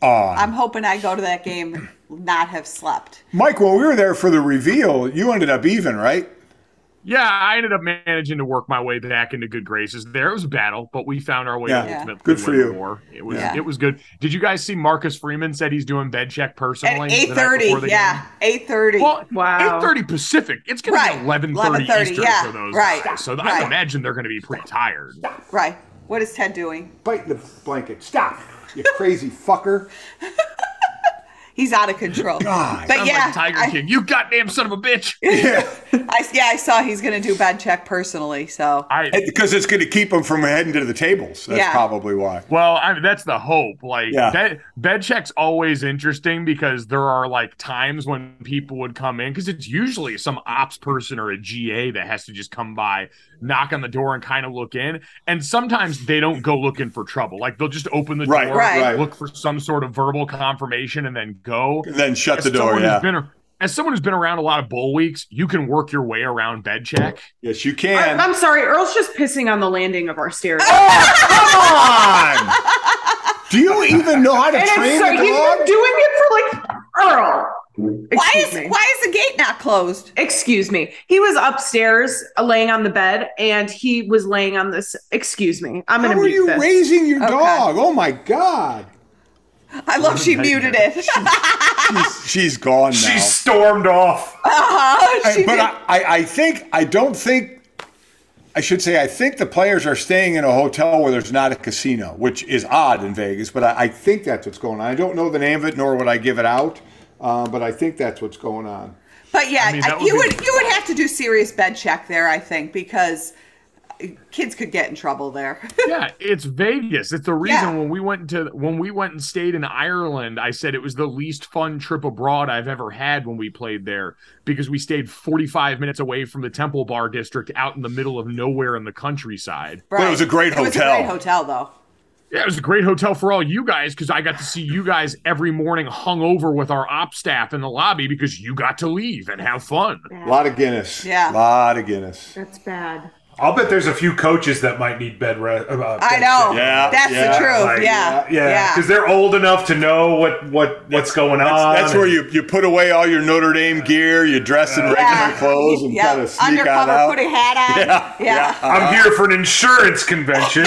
Speaker 5: on.
Speaker 6: I'm hoping I go to that game not have slept.
Speaker 5: Mike, when we were there for the reveal, you ended up even, right?
Speaker 3: Yeah, I ended up managing to work my way back into good graces. There it was a battle, but we found our way.
Speaker 5: Yeah.
Speaker 3: to
Speaker 5: Yeah.
Speaker 3: ultimately
Speaker 5: Good for
Speaker 3: win the
Speaker 5: you.
Speaker 3: War. It was
Speaker 6: Yeah.
Speaker 3: it was good. Did you guys see Marcus Freeman said he's doing bed check
Speaker 6: At
Speaker 3: personally?
Speaker 6: eight thirty, yeah, eight thirty.
Speaker 3: Eight thirty Pacific. It's going
Speaker 6: Right.
Speaker 3: to be eleven thirty
Speaker 6: 11:30,
Speaker 3: Eastern
Speaker 6: yeah,
Speaker 3: for those
Speaker 6: right,
Speaker 3: guys. So
Speaker 6: right.
Speaker 3: I imagine they're going to be pretty tired.
Speaker 6: Right. What is Ted doing?
Speaker 5: Biting the blanket. Stop, you crazy fucker.
Speaker 6: (laughs) He's out of control.
Speaker 5: God.
Speaker 6: But
Speaker 3: Sounds
Speaker 6: yeah,
Speaker 3: like Tiger
Speaker 6: I,
Speaker 3: King. You goddamn son of
Speaker 6: (laughs)
Speaker 3: a bitch.
Speaker 6: I- yeah, I saw he's gonna do bad check personally. So
Speaker 3: I
Speaker 5: Because it's going to keep them from heading to the tables. That's
Speaker 6: Yeah.
Speaker 5: probably why.
Speaker 3: Well, I mean, that's the hope. Like
Speaker 5: Yeah.
Speaker 3: bed, bed check's always interesting because there are like times when people would come in because it's usually some ops person or a GA that has to just come by, knock on the door, and kind of look in. And sometimes they don't go looking for trouble. Like they'll just open the
Speaker 5: Right,
Speaker 3: door,
Speaker 5: right.
Speaker 3: look for some sort of verbal confirmation, and then go.
Speaker 5: Then shut
Speaker 3: As
Speaker 5: the door.
Speaker 3: someone who's
Speaker 5: Yeah.
Speaker 3: been a- as someone who's been around a lot of bull weeks, you can work your way around bed check.
Speaker 5: yes, you
Speaker 1: I,
Speaker 5: can. Oh,
Speaker 1: am sorry, Earl's just pissing on the landing of our stairs.
Speaker 5: Come on. Do you even know how to
Speaker 1: and
Speaker 5: train
Speaker 1: it's so
Speaker 5: a
Speaker 1: he's
Speaker 5: dog?
Speaker 1: been doing it for like Earl.
Speaker 6: why
Speaker 1: Excuse
Speaker 6: is
Speaker 1: me.
Speaker 6: why is the gate not closed?
Speaker 1: Excuse me. He was upstairs uh, laying on the bed and he was laying on this. Excuse me. I'm going
Speaker 5: How
Speaker 1: to
Speaker 5: are
Speaker 1: mute
Speaker 5: you
Speaker 1: this.
Speaker 5: raising your dog? Oh my god.
Speaker 6: I love she muted it. (laughs)
Speaker 5: She's gone now.
Speaker 7: she stormed off.
Speaker 6: Uh-huh, she
Speaker 5: I- but
Speaker 6: did.
Speaker 5: I, I, I think I don't think I should say I think the players are staying in a hotel where there's not a casino, which is odd in Vegas. But I, I think that's what's going on. I don't know the name of it, nor would I give it out. Uh, but I think that's what's going on.
Speaker 6: But yeah,
Speaker 3: I mean,
Speaker 6: I-
Speaker 3: that would
Speaker 6: you
Speaker 3: be-
Speaker 6: would you would have to do serious bed check there, I think, because kids could get in trouble there. (laughs)
Speaker 3: yeah, it's Vegas. It's the reason
Speaker 6: Yeah.
Speaker 3: when we went to when we went and stayed in Ireland, I said it was the least fun trip abroad I've ever had when we played there because we stayed 45 minutes away from the Temple Bar district out in the middle of nowhere in the countryside.
Speaker 6: right.
Speaker 5: was a great
Speaker 6: It was a
Speaker 5: hotel.
Speaker 6: great hotel though.
Speaker 3: Yeah, it was a great hotel for all you guys because I got to see you guys every morning hung over with our op staff in the lobby because you got to leave and have fun.
Speaker 5: A lot of Guinness.
Speaker 6: Yeah.
Speaker 5: lot of Guinness.
Speaker 1: That's bad.
Speaker 7: I'll bet there's a few coaches that might need bed rest. Uh,
Speaker 6: I know.
Speaker 5: Yeah,
Speaker 6: That's
Speaker 5: yeah,
Speaker 6: the truth.
Speaker 7: like,
Speaker 6: yeah.
Speaker 7: yeah, because they're old enough to know what what what's going on.
Speaker 5: That's where you, you put away all your Notre Dame gear, you dress in regular
Speaker 6: Yeah. (laughs)
Speaker 5: clothes, and
Speaker 6: Yep.
Speaker 5: kind of sneak
Speaker 6: Undercover,
Speaker 5: on out.
Speaker 6: put a hat
Speaker 5: (laughs)
Speaker 6: on. Yeah.
Speaker 7: I'm here for an insurance convention.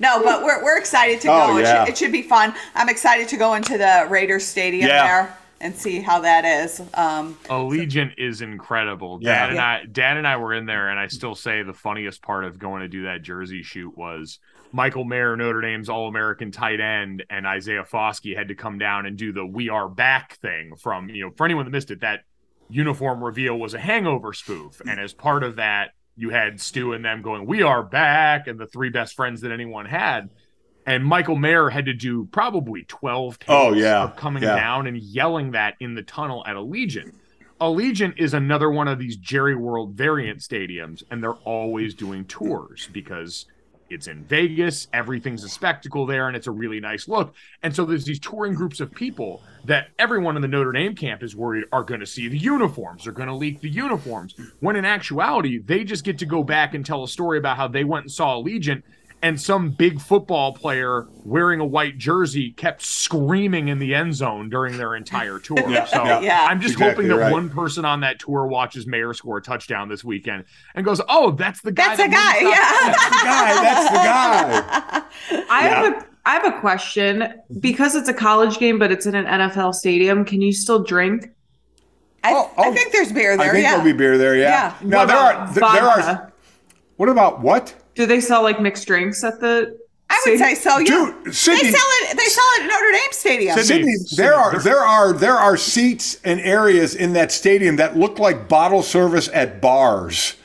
Speaker 6: No, but we're, we're excited to
Speaker 5: Oh,
Speaker 6: go. It,
Speaker 5: yeah.
Speaker 6: should, it should be fun. I'm excited to go into the Raiders Stadium
Speaker 5: Yeah.
Speaker 6: there and see how that is. Um,
Speaker 3: Allegiant is incredible.
Speaker 5: Yeah.
Speaker 3: Dad and I Dad and I were in there and I still say the funniest part of going to do that jersey shoot was Michael Mayer, Notre Dame's All American tight end, and Isaiah Foskey had to come down and do the we are back thing from you know, for anyone that missed it, that uniform reveal was a hangover spoof. And as part of that, you had Stu and them going, We are back, and the three best friends that anyone had. And Michael Mayer had to do probably 12 takes
Speaker 5: Oh, yeah.
Speaker 3: of coming
Speaker 5: Yeah.
Speaker 3: down and yelling that in the tunnel at Allegiant. Allegiant is another one of these Jerry World variant stadiums, and they're always doing tours because it's in Vegas. Everything's a spectacle there, and it's a really nice look. And so there's these touring groups of people that everyone in the Notre Dame camp is worried are going to see the uniforms, are going to leak the uniforms. When in actuality, they just get to go back and tell a story about how they went and saw Allegiant, and some big football player wearing a white jersey kept screaming in the end zone during their entire tour.
Speaker 5: (laughs) Yeah,
Speaker 3: so
Speaker 5: yeah.
Speaker 3: I'm just
Speaker 5: Exactly
Speaker 3: hoping that
Speaker 5: right.
Speaker 3: one person on that tour watches Mayer score a touchdown this weekend and goes, "Oh, that's the guy."
Speaker 6: That's the
Speaker 3: that
Speaker 6: guy.
Speaker 3: wins that-
Speaker 6: Yeah.
Speaker 5: That's the guy. That's the guy.
Speaker 1: (laughs) I have a I have a question because it's a college game, but it's in an NFL stadium. Can you still drink?
Speaker 6: I, I think there's beer there.
Speaker 5: Oh, I think
Speaker 6: yeah.
Speaker 5: there'll be beer there. Yeah.
Speaker 6: Yeah.
Speaker 5: Now
Speaker 1: What
Speaker 5: there are
Speaker 1: about
Speaker 5: th- there are.
Speaker 1: vodka?
Speaker 5: What about what?
Speaker 1: Do they sell like mixed drinks at the?
Speaker 6: I would say so. Yeah.
Speaker 5: Dude,
Speaker 6: they
Speaker 5: Sydney,
Speaker 6: sell it. They sell it at Notre Dame Stadium.
Speaker 5: Sydney, there are there are there are seats and areas in that stadium that look like bottle service at bars.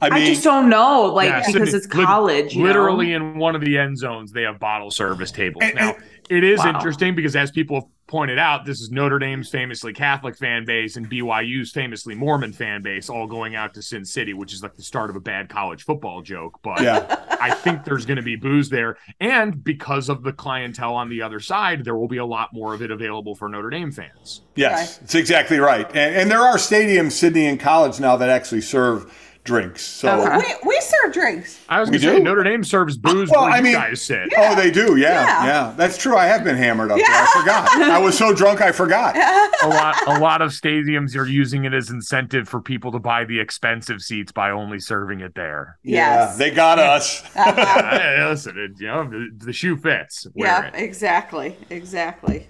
Speaker 5: I mean,
Speaker 1: I just don't know, like
Speaker 3: Yeah,
Speaker 1: because
Speaker 3: Sydney,
Speaker 1: it's college. you know?
Speaker 3: literally in one of the end zones, they have bottle service tables.
Speaker 5: And-
Speaker 3: now, it is
Speaker 1: Wow.
Speaker 3: interesting because, as people have pointed out, this is Notre Dame's famously Catholic fan base and BYU's famously Mormon fan base all going out to Sin City, which is like the start of a bad college football joke. But
Speaker 5: yeah,
Speaker 3: I think there's going to be booze there. And because of the clientele on the other side, there will be a lot more of it available for Notre Dame fans.
Speaker 5: yes, it's exactly right. And, and there are stadiums, Sydney and college now that actually serve drinks. So, Oh,
Speaker 1: Okay.
Speaker 6: We, we serve drinks.
Speaker 3: I was
Speaker 5: We
Speaker 3: going to say
Speaker 5: do?
Speaker 3: Notre Dame serves booze
Speaker 5: Well,
Speaker 3: where
Speaker 5: I
Speaker 3: you
Speaker 5: mean-
Speaker 3: guys sit.
Speaker 5: oh, they do. Yeah, yeah,
Speaker 6: Yeah.
Speaker 5: that's true. I have been hammered up. There.
Speaker 6: Yeah.
Speaker 5: I forgot. I was so drunk, I forgot.
Speaker 3: a lot a lot of stadiums are using it as incentive for people to buy the expensive seats by only serving it there.
Speaker 5: Yeah,
Speaker 6: Yes.
Speaker 5: they got us.
Speaker 3: Hey, listen, it, you know, the, the shoe fits. Wear
Speaker 6: yeah.
Speaker 3: it.
Speaker 6: Exactly. Exactly.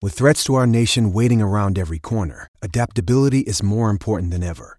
Speaker 2: With threats to our nation waiting around every corner, adaptability is more important than ever.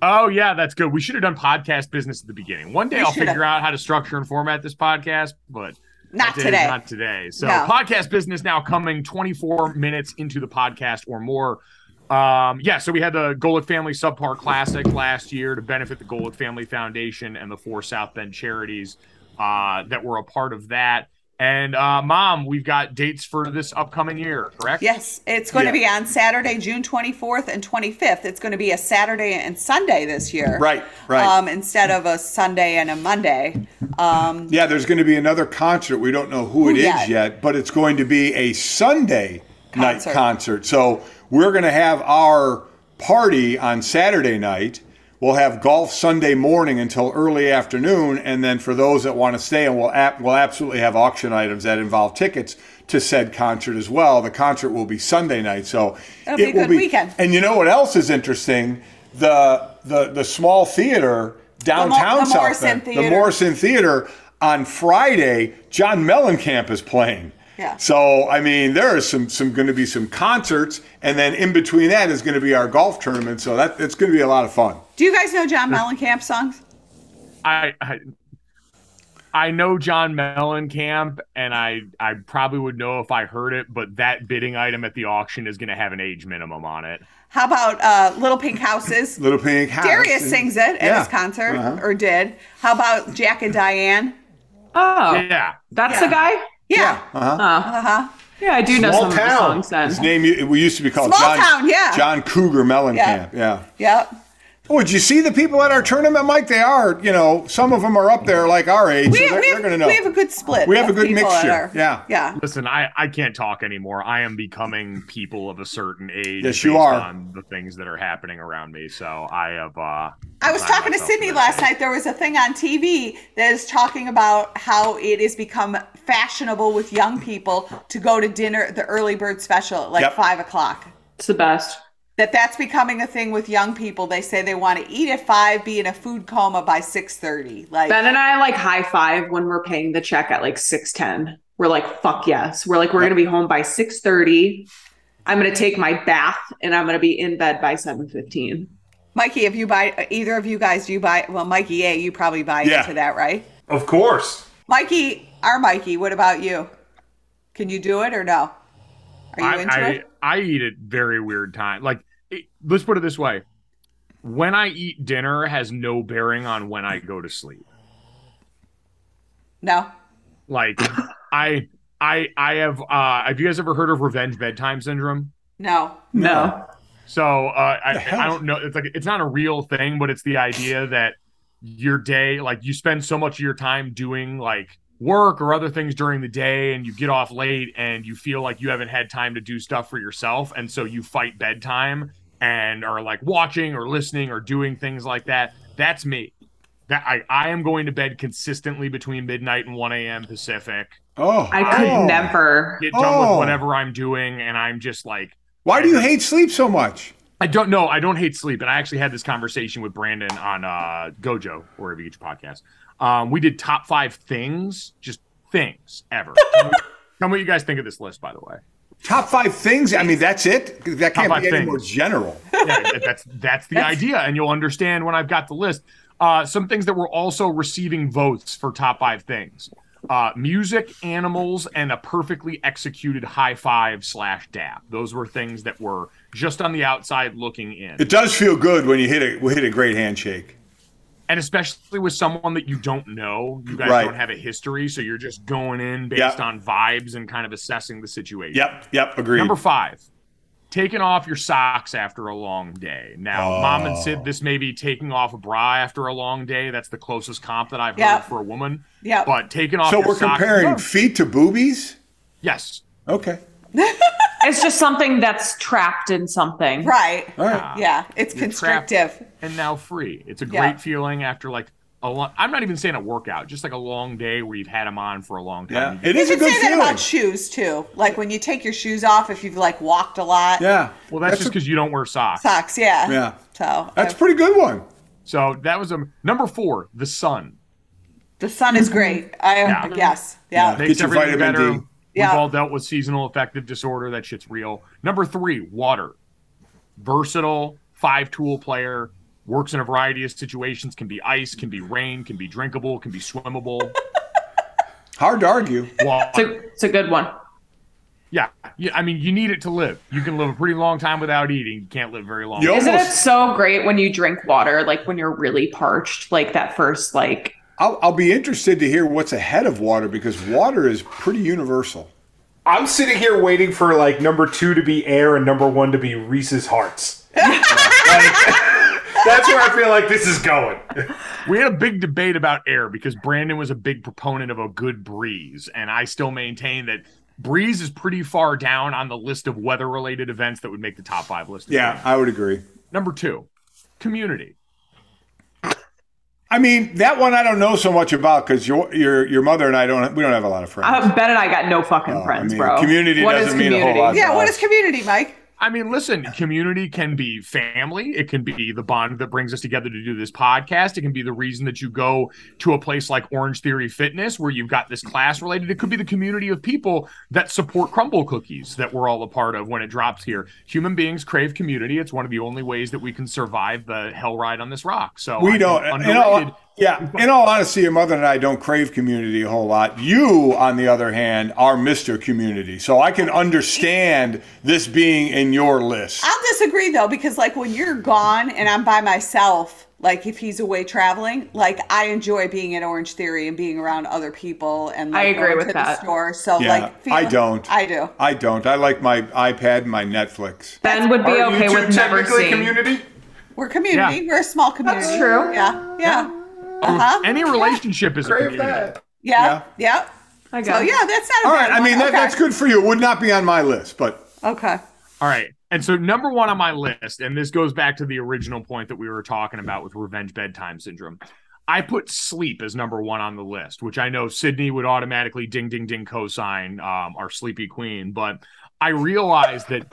Speaker 3: Oh yeah, that's good. We should have done podcast business at the beginning. One day
Speaker 6: We
Speaker 3: I'll
Speaker 6: should've.
Speaker 3: figure out how to structure and format this podcast, but
Speaker 6: Not
Speaker 3: today's
Speaker 6: today.
Speaker 3: Not today. So
Speaker 6: No.
Speaker 3: podcast business now coming 24 minutes into the podcast or more. Um, yeah, so we had the Golick Family Subpar Classic last year to benefit the Golick Family Foundation and the four South Bend charities uh, that were a part of that. And uh, mom, we've got dates for this upcoming year, correct?
Speaker 6: Yes, it's going
Speaker 5: Yeah.
Speaker 6: to be on Saturday, June 24th and 25th. It's going to be a Saturday and Sunday this year.
Speaker 5: Right, right.
Speaker 6: Um, instead of a Sunday and a Monday. Um,
Speaker 5: Yeah, there's going to be another concert. We don't know who it is
Speaker 6: yet?
Speaker 5: yet? but it's going to be a Sunday
Speaker 6: Concert.
Speaker 5: night concert. So we're going to have our party on Saturday night. We'll have golf Sunday morning until early afternoon, and then for those that want to stay, and we'll ap- we'll absolutely have auction items that involve tickets to said concert as well. The concert will be Sunday night, so
Speaker 6: It'll be a good weekend.
Speaker 5: And you know what else is interesting? The the the small theater downtown
Speaker 6: the
Speaker 5: South
Speaker 6: Morrison
Speaker 5: Bend, the
Speaker 6: Theater.
Speaker 5: Morrison. Morrison Theater on Friday. John Mellencamp is playing.
Speaker 6: Yeah.
Speaker 5: So I mean, there is some some going to be some concerts, and then in between that is going to be our golf tournament. So that it's going to be a lot of fun.
Speaker 6: Do you guys know John Mellencamp songs?
Speaker 3: I, I I know John Mellencamp, and I I probably would know if I heard it, but that bidding item at the auction is going to have an age minimum on it.
Speaker 6: How about uh, Little Pink Houses?
Speaker 5: Little Pink House.
Speaker 6: Darius
Speaker 5: and-
Speaker 6: sings it at
Speaker 5: Yeah. Uh-huh.
Speaker 6: his concert, or did. How about Jack and Diane?
Speaker 1: Oh,
Speaker 3: Yeah,
Speaker 1: that's the guy.
Speaker 6: Yeah.
Speaker 1: Uh-huh.
Speaker 6: Uh-huh.
Speaker 1: Yeah, I do know
Speaker 7: Small
Speaker 1: some
Speaker 7: town.
Speaker 1: of the songs. Then
Speaker 5: Uh-huh. His name we used to be called
Speaker 6: Small
Speaker 5: John,
Speaker 6: town, yeah.
Speaker 5: John Cougar Mellencamp. Yeah.
Speaker 6: Yep.
Speaker 5: Oh, did you see the people at our tournament, Mike? They are, you know, some of them are up there like our age.
Speaker 6: We,
Speaker 5: so they're,
Speaker 6: we,
Speaker 5: they're
Speaker 6: have,
Speaker 5: going to know.
Speaker 6: we have a good split.
Speaker 5: We have a
Speaker 6: of
Speaker 5: good
Speaker 6: people at
Speaker 5: mixture.
Speaker 6: our-
Speaker 5: Yeah.
Speaker 6: Yeah.
Speaker 3: listen, I I can't talk anymore. I am becoming people of a certain age.
Speaker 5: Yes, you
Speaker 3: based
Speaker 5: are.
Speaker 3: On the things that are happening around me, so I have. uh
Speaker 6: I was
Speaker 3: resigned
Speaker 6: talking to
Speaker 3: myself
Speaker 6: Sydney
Speaker 3: that.
Speaker 6: last night. There was a thing on TV that is talking about how it has become fashionable with young people to go to dinner, the early bird special at like
Speaker 5: Yep.
Speaker 6: five o'clock.
Speaker 1: it's the best.
Speaker 6: That that's becoming a thing with young people. They say they want to eat at five, be in a food coma by six thirty. Like
Speaker 1: Ben and I like high five when we're paying the check at like six ten. We're like, fuck yes. We're like, we're gonna be home by six thirty. I'm gonna take my bath and I'm gonna be in bed by seven fifteen.
Speaker 6: Mikey, if you buy either of you guys, do you buy? Well, Mikey, yeah, you probably buy
Speaker 5: Yeah.
Speaker 6: into that, right?
Speaker 7: Of course.
Speaker 6: Mikey, our Mikey, what about you? Can you do it or no? Are you
Speaker 3: I,
Speaker 6: into
Speaker 3: I,
Speaker 6: it?
Speaker 3: I eat at very weird time. Like, it, let's put it this way: when I eat dinner has no bearing on when I go to sleep.
Speaker 6: No.
Speaker 3: Like, I, I, I have. Uh, have you guys ever heard of revenge bedtime syndrome?
Speaker 6: No.
Speaker 3: No. So uh,
Speaker 6: The
Speaker 3: I,
Speaker 6: hell?
Speaker 3: I don't know. It's like it's not a real thing, but it's the idea that your day, like you spend so much of your time doing like work or other things during the day, and you get off late, and you feel like you haven't had time to do stuff for yourself, and so you fight bedtime and are like watching or listening or doing things like that. That's me. That I, I am going to bed consistently between midnight and one a.m. Pacific.
Speaker 5: Oh,
Speaker 1: I could never.
Speaker 3: get done
Speaker 1: Oh.
Speaker 3: with whatever I'm doing, and I'm just like
Speaker 5: Why do you hate sleep so much?
Speaker 3: I don't know. I don't hate sleep, and I actually had this conversation with Brandon on uh, Gojo, wherever you get your podcast. Um, we did top five things, just things ever. Tell me- Tell me what you guys think of this list, by the way.
Speaker 5: Top five things. I mean, that's it.
Speaker 3: Top
Speaker 5: That can't
Speaker 3: five
Speaker 5: be any
Speaker 3: things.
Speaker 5: more general.
Speaker 3: Yeah, that- that's that's the idea, and you'll understand when I've got the list. Uh, some things that were also receiving votes for top five things: uh, music, animals, and a perfectly executed high five slash dap. Those were things that were just on the outside looking in.
Speaker 5: (laughs) It does feel good when you hit a hit a great handshake.
Speaker 3: and especially with someone that you don't know, you guys
Speaker 5: Right.
Speaker 3: don't have a history, so you're just going in based
Speaker 5: Yep.
Speaker 3: on vibes and kind of assessing the situation.
Speaker 5: Yep, yep, agreed.
Speaker 3: Number five, taking off your socks after a long day. Now, mom and
Speaker 5: Oh.
Speaker 3: Sid, this may be taking off a bra after a long day. That's the closest comp that I've
Speaker 6: Yeah.
Speaker 3: heard for a woman.
Speaker 6: Yeah.
Speaker 3: But taking off.
Speaker 5: So
Speaker 3: your
Speaker 5: we're
Speaker 3: socks-
Speaker 5: comparing feet to boobies.
Speaker 3: Yes.
Speaker 5: Okay.
Speaker 1: It's just something that's trapped in something.
Speaker 6: Right.
Speaker 5: All
Speaker 3: right.
Speaker 6: Yeah. It's
Speaker 3: You're
Speaker 6: constrictive.
Speaker 3: trapped and now free. It's a great
Speaker 6: Yeah.
Speaker 3: feeling after like a long. I'm not even saying a workout, just like a long day where you've had them on for a long time.
Speaker 5: Yeah. It is
Speaker 6: you
Speaker 5: a
Speaker 6: could
Speaker 5: good
Speaker 6: say
Speaker 5: feeling.
Speaker 6: that about shoes too. Like when you take your shoes off, if you've like walked a lot.
Speaker 5: Yeah.
Speaker 3: Well, that's, just because you don't wear socks.
Speaker 6: Socks. Yeah.
Speaker 3: Yeah.
Speaker 6: So
Speaker 5: That's a pretty good one.
Speaker 3: So that was a number four. The sun.
Speaker 6: the sun is great. I
Speaker 3: Yeah.
Speaker 6: yes. Yeah.
Speaker 3: Makes everything better. We've
Speaker 6: Yeah.
Speaker 3: all dealt with seasonal affective disorder. That shit's real. Number three, water. Versatile, five tool player. Works in a variety of situations. Can be ice, can be rain, can be drinkable, can be swimmable.
Speaker 5: Hard to argue.
Speaker 3: Water.
Speaker 6: (laughs)
Speaker 1: It's a good one.
Speaker 3: Yeah. yeah. I mean, you need it to live. You can live a pretty long time without eating. You can't live very long.
Speaker 1: Isn't it so great when you drink water, like when you're really parched, like that first, like
Speaker 5: I'll, I'll be interested to hear what's ahead of water because water is pretty universal.
Speaker 7: I'm sitting here waiting for like number two to be air and number one to be Reese's hearts. That's where I feel like this is going.
Speaker 3: We had a big debate about air because Brandon was a big proponent of a good breeze, and I still maintain that breeze is pretty far down on the list of weather-related events that would make the top five list.
Speaker 5: Yeah, I would agree.
Speaker 3: Number two, community.
Speaker 5: I mean, that one I don't know so much about because your your your mother and I don't we don't have a lot of friends.
Speaker 1: uh, Ben and I got no fucking friends,
Speaker 5: mean,
Speaker 1: bro.
Speaker 5: community What doesn't is mean a whole community? lot to
Speaker 6: Yeah. What
Speaker 5: us.
Speaker 6: is community, Mike?
Speaker 3: I mean, listen, community can be family. It can be the bond that brings us together to do this podcast. It can be the reason that you go to a place like Orange Theory Fitness where you've got this class related. It could be the community of people that support crumble cookies that we're all a part of when it drops here. Human beings crave community. It's one of the only ways that we can survive the hell ride on this rock. So I
Speaker 5: we
Speaker 3: think
Speaker 5: don't. In
Speaker 3: underrated-
Speaker 5: all, yeah, in all honesty, your mother and I don't crave community a whole lot. You, on the other hand, are Mister Community, so I can understand this being in your list.
Speaker 6: I'll disagree though, because like when you're gone and I'm by myself, like if he's away traveling, like I enjoy being at Orange Theory and being around other people and like
Speaker 1: I agree
Speaker 6: going
Speaker 1: with
Speaker 6: to
Speaker 1: that.
Speaker 6: the store. So
Speaker 5: yeah,
Speaker 6: like
Speaker 5: I don't.
Speaker 6: I do.
Speaker 5: I don't. I like my iPad and my Netflix.
Speaker 1: Ben would be okay with never seeing.
Speaker 6: We're community. We're a small community.
Speaker 1: That's true.
Speaker 6: Yeah. Yeah.
Speaker 3: Any relationship is a community.
Speaker 6: Yeah. Yeah.
Speaker 1: I
Speaker 6: So yeah, that's not a
Speaker 5: All
Speaker 6: bad
Speaker 5: right, I
Speaker 6: one.
Speaker 5: mean that,
Speaker 6: Okay.
Speaker 5: that's good for you. It would not be on my list, but
Speaker 6: Okay.
Speaker 3: All right. And so number one on my list, and this goes back to the original point that we were talking about with revenge bedtime syndrome. I put sleep as number one on the list, which I know Sydney would automatically ding ding ding cosign um, our sleepy queen, but I realized
Speaker 5: (laughs)
Speaker 3: that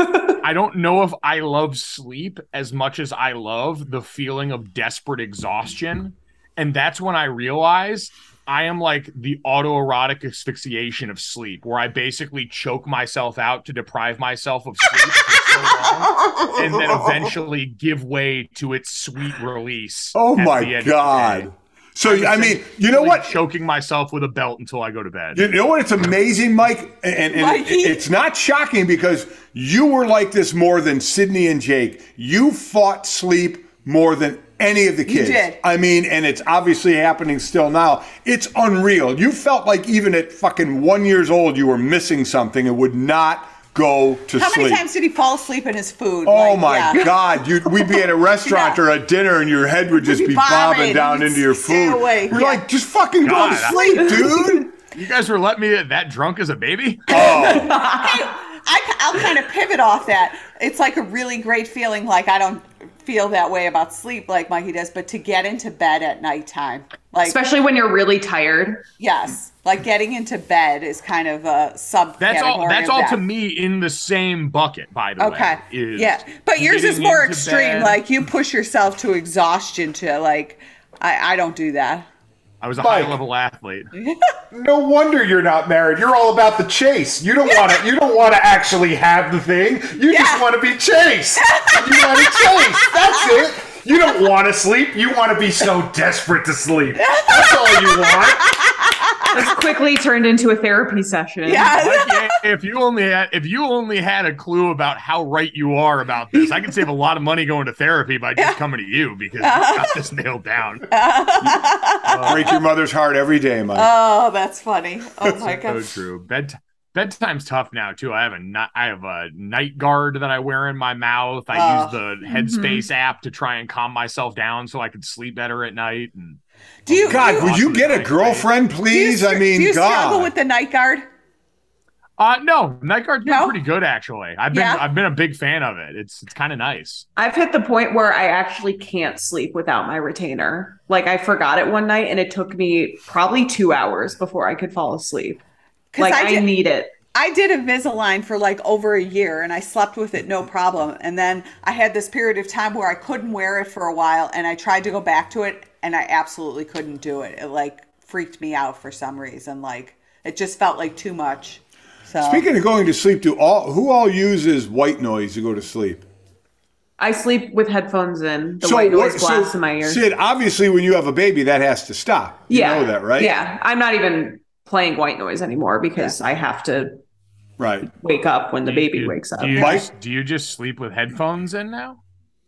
Speaker 3: I don't know if I love sleep as much as I love the feeling of desperate exhaustion. And that's when I realized I am like the autoerotic asphyxiation of sleep, where I basically choke myself out to deprive myself of sleep for so long, and
Speaker 5: (laughs)
Speaker 3: then eventually give way to its sweet release.
Speaker 5: oh
Speaker 3: at
Speaker 5: my
Speaker 3: the end of the day.
Speaker 5: god! So I mean, you know what?
Speaker 3: Choking myself with a belt until I go to bed.
Speaker 5: You know what? It's amazing, Mike, and, and- and
Speaker 3: Mikey.
Speaker 5: it's not shocking because you were like this more than Sydney and Jake. You fought sleep more than any of the
Speaker 6: You
Speaker 5: kids.
Speaker 6: did.
Speaker 5: I mean, and it's obviously happening still now. It's unreal. You felt like even at fucking one years old, you were missing something and would not go to
Speaker 6: How
Speaker 5: sleep.
Speaker 6: many times did he fall asleep in his food?
Speaker 5: Oh
Speaker 6: Like,
Speaker 5: my
Speaker 6: yeah.
Speaker 5: God! You'd, we'd
Speaker 6: (laughs)
Speaker 5: be at a restaurant or a dinner, and your head would just
Speaker 6: be
Speaker 5: be bobbing
Speaker 6: bobbing.
Speaker 5: down into your
Speaker 6: Stay
Speaker 5: food.
Speaker 6: away.
Speaker 5: We're
Speaker 6: Yeah.
Speaker 5: like, just fucking go to
Speaker 3: God, I-
Speaker 5: sleep, dude.
Speaker 6: (laughs)
Speaker 3: You guys were letting me get that drunk as a baby?
Speaker 6: I, I'll kind of pivot off that. It's like a really great feeling. Like I don't feel that way about sleep like Mikey does, but to get into bed at nighttime, like
Speaker 1: Especially when you're really tired.
Speaker 6: yes, like getting into bed is kind of a sub.
Speaker 3: That's all. That's all to me in the same bucket. By the
Speaker 6: Okay.
Speaker 3: way, is
Speaker 6: yeah, but yours is
Speaker 3: getting
Speaker 6: more
Speaker 3: into
Speaker 6: extreme.
Speaker 3: bed.
Speaker 6: Like you push yourself to exhaustion. To like, I, I don't do that.
Speaker 3: I was a
Speaker 7: Mike.
Speaker 3: high level athlete.
Speaker 7: No wonder you're not married. You're all about the chase. You don't want to. You don't want to actually have the thing. You just want to be chased. you want to chase. That's it. You don't want to sleep. You want to be so desperate to sleep. That's all you want.
Speaker 1: It's quickly turned into a therapy
Speaker 6: (laughs)
Speaker 1: session.
Speaker 3: Mike, yeah, if you only had if you only had a clue about how right you are about this, I could save a lot of money going to therapy by just coming to you because you got this nailed down.
Speaker 5: Break your mother's heart every day, Mike.
Speaker 6: Oh, that's funny. Oh my
Speaker 3: so
Speaker 6: god.
Speaker 3: true. Bed bedtime's tough now too. I have a ni- I have a night guard that I wear in my mouth. I
Speaker 6: Oh.
Speaker 3: use the Headspace app to try and calm myself down so I can sleep better at night. And
Speaker 6: Do you?
Speaker 5: God, would you get a girlfriend, please? I mean,
Speaker 6: do you struggle
Speaker 5: God.
Speaker 6: with the night guard?
Speaker 3: uh, no, night guard's been pretty good actually. I've been
Speaker 1: Yeah?
Speaker 3: I've been a big fan of it. It's it's kind of nice.
Speaker 1: I've hit the point where I actually can't sleep without my retainer. Like I forgot it one night and it took me probably two hours before I could fall asleep.
Speaker 6: 'Cause
Speaker 1: Like
Speaker 6: I
Speaker 1: I,
Speaker 6: did-
Speaker 1: need it.
Speaker 6: I did Invisalign for like over a year and I slept with it no problem. And then I had this period of time where I couldn't wear it for a while and I tried to go back to it and I absolutely couldn't do it. It like freaked me out for some reason. Like it just felt like too much. So
Speaker 5: Speaking of going to sleep, do all who all uses white noise to go to sleep?
Speaker 1: I sleep with headphones in. The white noise
Speaker 5: what-
Speaker 1: blasts in my ears.
Speaker 5: Sid, obviously, when you have a baby, that has to stop. You
Speaker 1: yeah.
Speaker 5: know that, right?
Speaker 1: Yeah. I'm not even playing white noise anymore because I have to
Speaker 5: right
Speaker 1: wake up when the baby wakes up.
Speaker 3: Do you just, do you just sleep with headphones in now?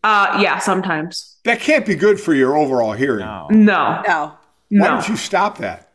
Speaker 1: Uh yeah, sometimes.
Speaker 5: That can't be good for your overall hearing.
Speaker 1: No.
Speaker 6: No.
Speaker 5: Why
Speaker 1: No.
Speaker 5: don't you stop that?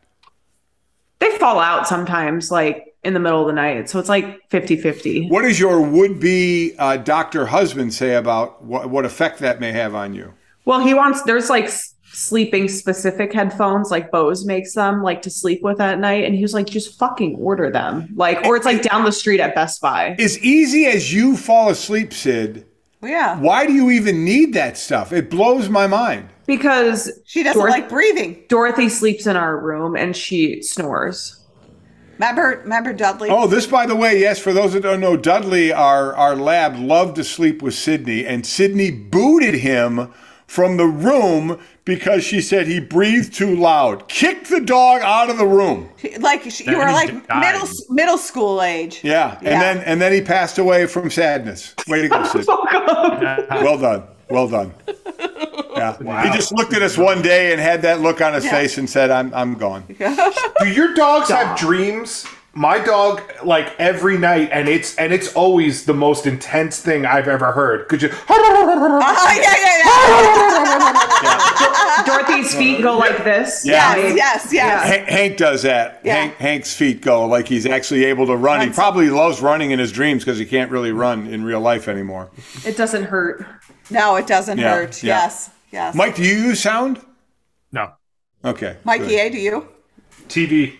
Speaker 1: They fall out sometimes like in the middle of the night. So it's like 50-50.
Speaker 5: What does your would-be uh, doctor husband say about what, what effect that may have on you?
Speaker 1: Well, he wants there's like s- sleeping specific headphones, like Bose makes them, like to sleep with at night. And he was like, just fucking order them, like, or it's like down the street at Best Buy.
Speaker 5: As easy as you fall asleep, Sid,
Speaker 6: yeah,
Speaker 5: why do you even need that stuff? It blows my mind.
Speaker 1: Because
Speaker 6: she doesn't like breathing.
Speaker 1: Dorothy sleeps in our room and she snores.
Speaker 6: remember, remember Dudley?
Speaker 5: Oh, this, by the way, yes, for those that don't know, Dudley, our, our lab, loved to sleep with Sydney, and Sydney booted him from the room because she said he breathed too loud. Kick the dog out of the room.
Speaker 6: like she- you
Speaker 5: That
Speaker 6: were
Speaker 5: is
Speaker 6: like
Speaker 5: dying.
Speaker 6: middle s- middle school age.
Speaker 5: Yeah.
Speaker 6: Yeah.
Speaker 5: And then and then he passed away from sadness. Way to go, Sid. well done. Well done. Yeah. He just looked at us one day and had that look on his
Speaker 7: Yeah.
Speaker 5: face and said, I'm I'm gone.
Speaker 7: Do your dogs have dreams? My dog, like every night, and it's and it's always the most intense thing I've ever heard. Could you?
Speaker 6: (laughs) Oh, yeah, yeah, yeah.
Speaker 1: (laughs) Dorothy's feet go like this.
Speaker 5: Yeah.
Speaker 6: Yes, yes, yes.
Speaker 5: Hank, Hank does that.
Speaker 6: Yeah.
Speaker 5: Hank, Hank's feet go like he's actually able to run. he probably loves running in his dreams because he can't really run in real life anymore.
Speaker 1: It doesn't hurt.
Speaker 6: No, it doesn't
Speaker 5: Yeah,
Speaker 6: hurt.
Speaker 5: yeah.
Speaker 6: Yes, yes.
Speaker 5: Mike, do you use sound?
Speaker 3: No.
Speaker 5: Okay.
Speaker 6: Mikey,
Speaker 7: good.
Speaker 6: A, do you
Speaker 7: TV.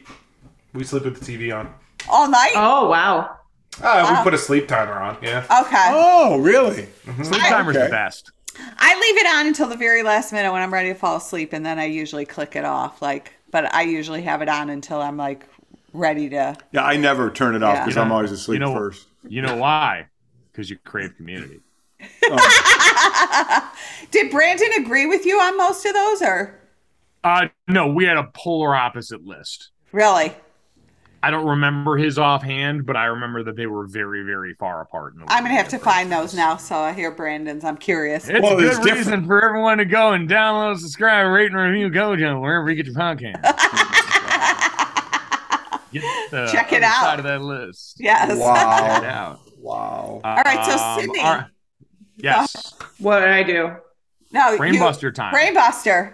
Speaker 7: We sleep with the TV on.
Speaker 6: all night?
Speaker 1: Oh wow.
Speaker 7: Uh,
Speaker 6: Wow.
Speaker 7: We put a sleep timer on. Yeah.
Speaker 6: Okay.
Speaker 5: Oh, really?
Speaker 3: Sleep
Speaker 6: I-
Speaker 3: timer's
Speaker 6: Okay.
Speaker 3: the best.
Speaker 6: I leave it on until the very last minute when I'm ready to fall asleep, and then I usually click it off. Like, but I usually have it on until I'm like ready to.
Speaker 5: Yeah, I never turn it off
Speaker 6: Yeah.
Speaker 5: because I'm always asleep
Speaker 3: you know,
Speaker 6: (laughs)
Speaker 5: first.
Speaker 3: You know why? Because you crave community.
Speaker 6: Did Brandon agree with you on most of those, or
Speaker 3: Uh, no, we had a polar opposite list.
Speaker 6: really?
Speaker 3: I don't remember his offhand, but I remember that they were very, very far apart. In the
Speaker 6: I'm gonna have to find those now. So I hear Brandon's. I'm curious.
Speaker 3: It's a good reason for everyone to go and download, subscribe, rate, and review Gojo wherever you get your podcast. Get the
Speaker 6: Check it
Speaker 3: other
Speaker 6: out.
Speaker 3: Side of that list.
Speaker 6: Yes. Wow.
Speaker 3: Check it out.
Speaker 5: Wow.
Speaker 6: All right,
Speaker 3: Um,
Speaker 6: so Sydney.
Speaker 3: Yes.
Speaker 6: (laughs)
Speaker 1: What did I do?
Speaker 6: No, you-
Speaker 3: Brainbuster time.
Speaker 6: Brainbuster.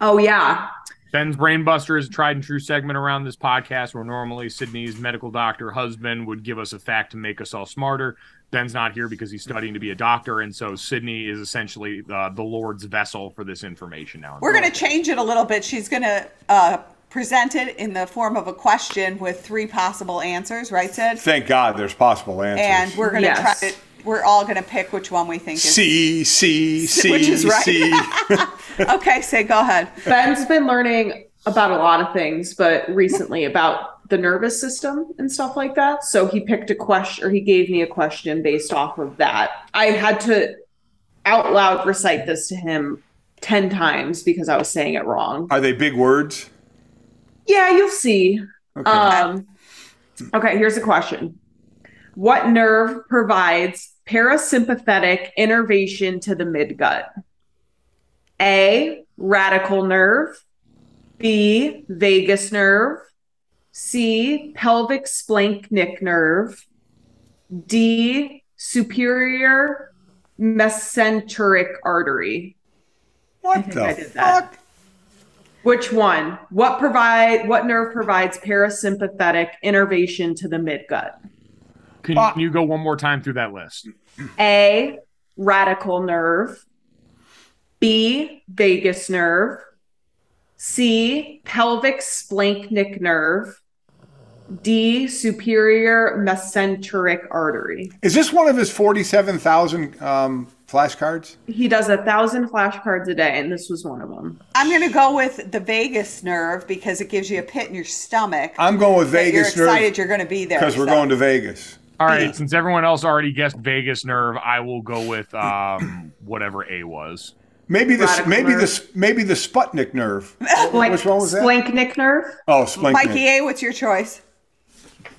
Speaker 1: Oh yeah.
Speaker 3: Ben's Brainbuster is a tried and true segment around this podcast where normally Sydney's medical doctor husband would give us a fact to make us all smarter. Ben's not here because he's studying to be a doctor, and so Sydney is essentially uh, the Lord's vessel for this information now.
Speaker 6: We're going to change it a little bit. She's going to uh, present it in the form of a question with three possible answers, right, Sid?
Speaker 5: Thank God there's possible answers.
Speaker 6: And we're going to
Speaker 1: Yes.
Speaker 6: try to. We're all going to pick which one we think is.
Speaker 5: C C
Speaker 6: (laughs)
Speaker 5: C
Speaker 6: Which is right.
Speaker 5: C.
Speaker 6: Okay, Sid, go ahead.
Speaker 1: Ben's been learning about a lot of things, but recently about the nervous system and stuff like that. So he picked a question or he gave me a question based off of that. I had to out loud recite this to him 10 times because I was saying it wrong.
Speaker 5: (laughs) Are they big words?
Speaker 1: Yeah, you'll see. Um, okay, here's a question. What nerve provides parasympathetic innervation to the midgut? A, radical nerve. B, vagus nerve. C, pelvic splanchnic nerve. D, superior mesenteric artery.
Speaker 5: What
Speaker 1: I did that. Which one? What provide what nerve provides parasympathetic innervation to the midgut?
Speaker 3: Can you go one more time through that list?
Speaker 1: A radical nerve. B vagus nerve. C pelvic splanchnic nerve. D superior mesenteric artery.
Speaker 5: Is this one of his forty-seven thousand um, flashcards?
Speaker 1: He does a thousand flashcards a day, and this was one of them.
Speaker 6: I'm going to go with the vagus nerve because it gives you a pit in your stomach.
Speaker 5: I'm going with
Speaker 6: that
Speaker 5: Vegas
Speaker 6: You're excited
Speaker 5: nerve
Speaker 6: you're going to be there.
Speaker 5: because we're
Speaker 6: so-
Speaker 5: going to Vegas.
Speaker 3: All right, since everyone else already guessed Vegas nerve, I will go with um, whatever A was.
Speaker 5: Maybe the
Speaker 1: Radical
Speaker 5: maybe
Speaker 1: nerve.
Speaker 5: the maybe the Sputnik nerve.
Speaker 1: Like
Speaker 5: Which one was that?
Speaker 1: splanchnic nerve.
Speaker 5: Oh, Sputnik.
Speaker 6: Mikey A, what's your choice?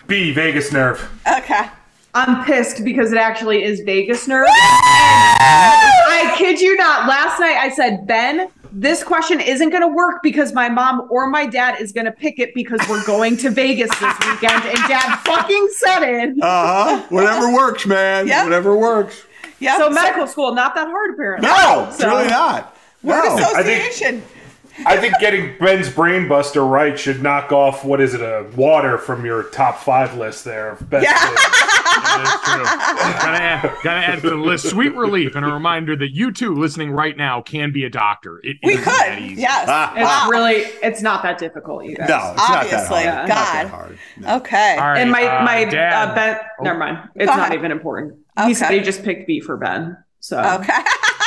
Speaker 7: B. Vegas nerve.
Speaker 6: Okay.
Speaker 1: I'm pissed because it actually is Vegas
Speaker 6: (laughs)
Speaker 1: nerve. I kid you not. Last night I said, Ben, this question isn't going to work because my mom or my dad is going to pick it because we're going to Vegas this weekend. And dad fucking said it.
Speaker 5: Uh huh. Whatever works, man.
Speaker 6: Yep.
Speaker 5: Whatever works.
Speaker 6: Yeah.
Speaker 1: so, medical school, not that hard apparently.
Speaker 5: No, it's
Speaker 1: So-
Speaker 5: really not.
Speaker 6: word
Speaker 5: No.
Speaker 7: I think-
Speaker 6: association.
Speaker 7: I think getting Ben's brainbuster right should knock off what is it a water from your top five list there. of Best
Speaker 6: Yeah.
Speaker 7: things.
Speaker 3: That's true. gotta, add, gotta add to the list. Sweet relief and a reminder that you too, listening right now, can be a doctor. It
Speaker 6: (laughs) We
Speaker 3: isn't that
Speaker 6: could.
Speaker 3: easy. Ah.
Speaker 6: Yes.
Speaker 1: It's
Speaker 6: Wow.
Speaker 1: Oh. really, it's not that difficult, you guys.
Speaker 5: Ah, No, it's
Speaker 6: Obviously.
Speaker 5: not that hard. Not that
Speaker 6: God.
Speaker 5: hard. No.
Speaker 6: Okay.
Speaker 3: All right,
Speaker 1: and my,
Speaker 3: uh,
Speaker 1: my,
Speaker 3: dad,
Speaker 1: uh, Ben, never mind. It's
Speaker 6: Go
Speaker 1: not
Speaker 6: ahead.
Speaker 1: even important. He said
Speaker 6: Oh. Okay.
Speaker 1: he just picked B for Ben. So,
Speaker 6: Okay. (laughs)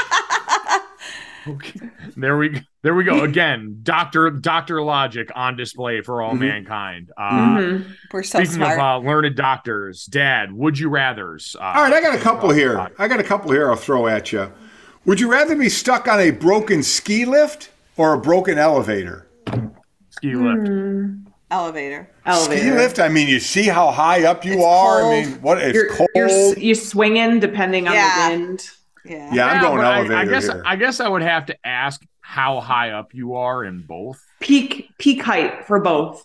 Speaker 3: There we there we go again. Doctor Doctor Logic on display for all mankind. Uh,
Speaker 1: Mhm.
Speaker 6: We're so
Speaker 3: Speaking
Speaker 6: smart.
Speaker 3: of uh, learned doctors, Dad, would you rather's? Uh,
Speaker 5: All right, I got a couple here. I got a couple here I'll throw at you. Would you rather be stuck on a broken ski lift or a broken elevator?
Speaker 3: Ski lift.
Speaker 6: Elevator.
Speaker 1: elevator.
Speaker 5: Ski lift, I mean, you see how high up you
Speaker 6: It's
Speaker 5: are.
Speaker 6: cold.
Speaker 5: I mean, what it's
Speaker 1: you're,
Speaker 5: cold.
Speaker 1: you're s- you're swinging depending on
Speaker 6: Yeah.
Speaker 1: the wind.
Speaker 6: Yeah.
Speaker 5: yeah, I'm
Speaker 3: Yeah,
Speaker 5: going
Speaker 3: but I-
Speaker 5: elevator
Speaker 3: I, guess
Speaker 5: here.
Speaker 3: I guess I would have to ask how high up you are in both.
Speaker 1: Peak peak height for both.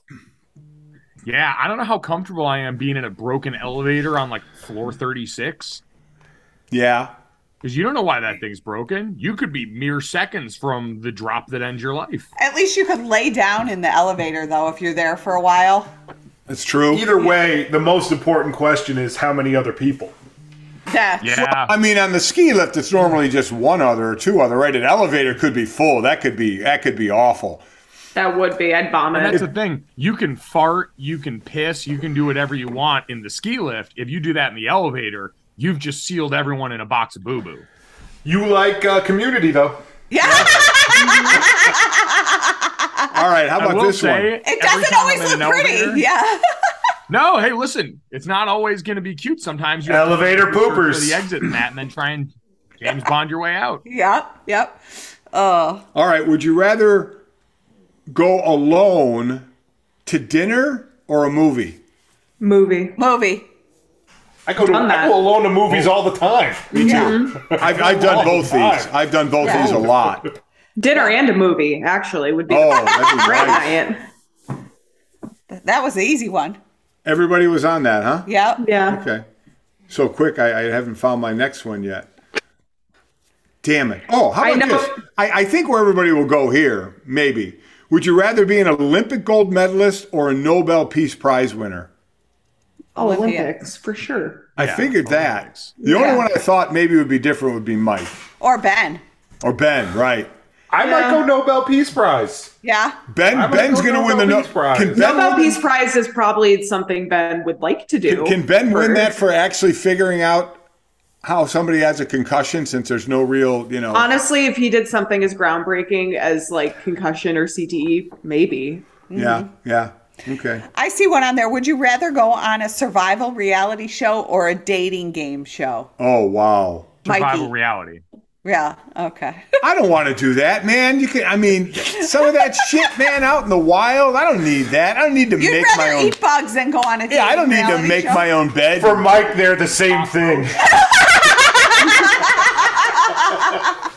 Speaker 3: Yeah, I don't know how comfortable I am being in a broken elevator on like floor thirty six.
Speaker 5: yeah.
Speaker 3: Because you don't know why that thing's broken. You could be mere seconds from the drop that ends your life.
Speaker 6: At least you could lay down in the elevator though if you're there for a while.
Speaker 5: That's true.
Speaker 7: Either way, the most important question is how many other people.
Speaker 6: Yeah.
Speaker 3: Yeah.
Speaker 5: I mean, on the ski lift, it's normally just one other or two other, right? An elevator could be full. That could be that could be awful.
Speaker 1: That would be. I'd
Speaker 3: And
Speaker 1: vomit.
Speaker 3: that's the thing. You can fart, you can piss, you can do whatever you want in the ski lift. If you do that in the elevator, you've just sealed everyone in a box of boo boo.
Speaker 7: You like uh, community though.
Speaker 6: Yeah.
Speaker 5: All right, how
Speaker 3: I
Speaker 5: about
Speaker 3: will
Speaker 5: this
Speaker 3: say,
Speaker 5: one?
Speaker 6: (laughs) It
Speaker 3: every
Speaker 6: doesn't
Speaker 3: time
Speaker 6: always
Speaker 3: I'm in
Speaker 6: look
Speaker 3: an
Speaker 6: pretty.
Speaker 3: elevator-
Speaker 6: Yeah.
Speaker 3: No, hey, listen, it's not always going to be cute. Sometimes you have to
Speaker 7: Elevator
Speaker 3: search for
Speaker 7: poopers.
Speaker 3: the exit and that, and then try and James Bond your way out.
Speaker 6: Yep. Yep. Oh.
Speaker 5: All right, would you rather go alone to dinner or a movie?
Speaker 1: Movie.
Speaker 6: Movie.
Speaker 7: (laughs) I go to
Speaker 5: Done
Speaker 7: I
Speaker 5: that.
Speaker 7: go alone to movies all the time.
Speaker 5: Me too. I've, I've
Speaker 7: All
Speaker 5: done
Speaker 7: the
Speaker 5: both
Speaker 7: time.
Speaker 5: these. I've done both
Speaker 1: Yeah.
Speaker 5: these a lot.
Speaker 1: Dinner and a movie actually would be
Speaker 5: Oh, that'd be
Speaker 1: great
Speaker 5: nice.
Speaker 1: night.
Speaker 6: That was the easy one.
Speaker 5: Everybody was on that, huh?
Speaker 6: Yeah.
Speaker 1: Yeah.
Speaker 5: Okay. So quick, I, I haven't found my next one yet. Damn it. Oh, how
Speaker 1: I
Speaker 5: about
Speaker 1: know-
Speaker 5: this? I, I think where everybody will go here, maybe. Would you rather be an Olympic gold medalist or a Nobel Peace Prize winner?
Speaker 1: Oh, Olympics for sure.
Speaker 5: I figured that. The only
Speaker 1: Yeah.
Speaker 5: one I thought maybe would be different would be Mike
Speaker 6: Or Ben.
Speaker 5: or Ben, right?
Speaker 7: I might go Nobel Peace Prize.
Speaker 6: Yeah.
Speaker 5: Ben,
Speaker 7: I'm gonna
Speaker 5: Ben's
Speaker 7: go
Speaker 5: going to win the
Speaker 7: Nobel
Speaker 5: Nobel
Speaker 7: Peace Prize.
Speaker 5: Can Ben,
Speaker 1: Nobel Peace Prize is probably something Ben would like to do.
Speaker 5: can, can Ben win
Speaker 1: first.
Speaker 5: that for actually figuring out how somebody has a concussion since there's no real, you know?
Speaker 1: Honestly, if he did something as groundbreaking as like concussion or CTE, maybe.
Speaker 5: Yeah, yeah. Okay.
Speaker 6: I see one on there. Would you rather go on a survival reality show or a dating game show?
Speaker 5: Oh, wow.
Speaker 3: Survival
Speaker 6: Mikey.
Speaker 3: reality.
Speaker 6: Yeah. Okay.
Speaker 5: I don't want to do that, man. You can. I mean, some of that shit, man, out in the wild. I don't need that. I don't need to
Speaker 6: You'd
Speaker 5: make my
Speaker 6: rather
Speaker 5: own.
Speaker 6: eat bugs than go on a dating
Speaker 5: yeah, I don't need to
Speaker 6: reality
Speaker 5: make
Speaker 6: show.
Speaker 5: my own bed.
Speaker 7: For Mike, they're the same thing.
Speaker 5: Oh.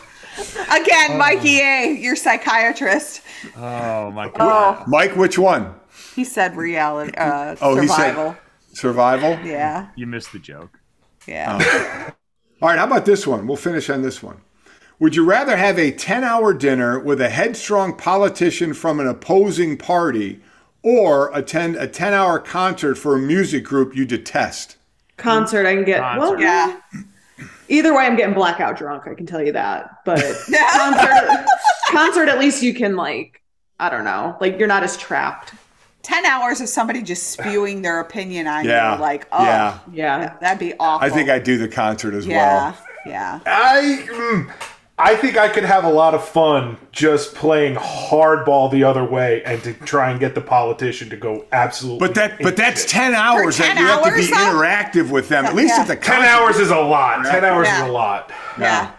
Speaker 6: Again, Mikey A, your psychiatrist.
Speaker 3: Oh my
Speaker 6: Oh,
Speaker 5: Mike, which one?
Speaker 6: he said reality uh,
Speaker 5: (laughs) Oh, he said-
Speaker 6: survival.
Speaker 5: Survival.
Speaker 6: Yeah.
Speaker 3: You missed the joke.
Speaker 6: Yeah.
Speaker 5: Oh. All right. How about this one? We'll finish on this one. Would you rather have a ten-hour dinner with a headstrong politician from an opposing party, or attend a ten-hour concert for a music group you detest?
Speaker 1: Concert, I can get. Well,
Speaker 3: Concert.
Speaker 6: Yeah.
Speaker 1: Either way, I'm getting blackout drunk. I can tell you that.
Speaker 6: (laughs)
Speaker 1: But concert, concert, at least you can like, I don't know, like you're not as trapped.
Speaker 6: 10 hours of somebody just spewing their opinion on
Speaker 5: Yeah.
Speaker 6: you. Like, oh,
Speaker 5: Yeah.
Speaker 1: Yeah.
Speaker 6: that'd be awful.
Speaker 5: I think I'd do the concert as
Speaker 6: Yeah.
Speaker 5: well.
Speaker 6: Yeah.
Speaker 7: I mm, I think I could have a lot of fun just playing hardball the other way and to try and get the politician to go absolutely.
Speaker 5: But that, but that's
Speaker 7: apeshit.
Speaker 5: ten hours
Speaker 6: For 10
Speaker 5: that you have to be
Speaker 6: hours,
Speaker 5: interactive with them. At least
Speaker 6: Yeah.
Speaker 5: at the
Speaker 7: ten
Speaker 5: concert.
Speaker 7: hours is a lot. Ten hours
Speaker 6: Yeah.
Speaker 7: is a lot.
Speaker 6: Yeah.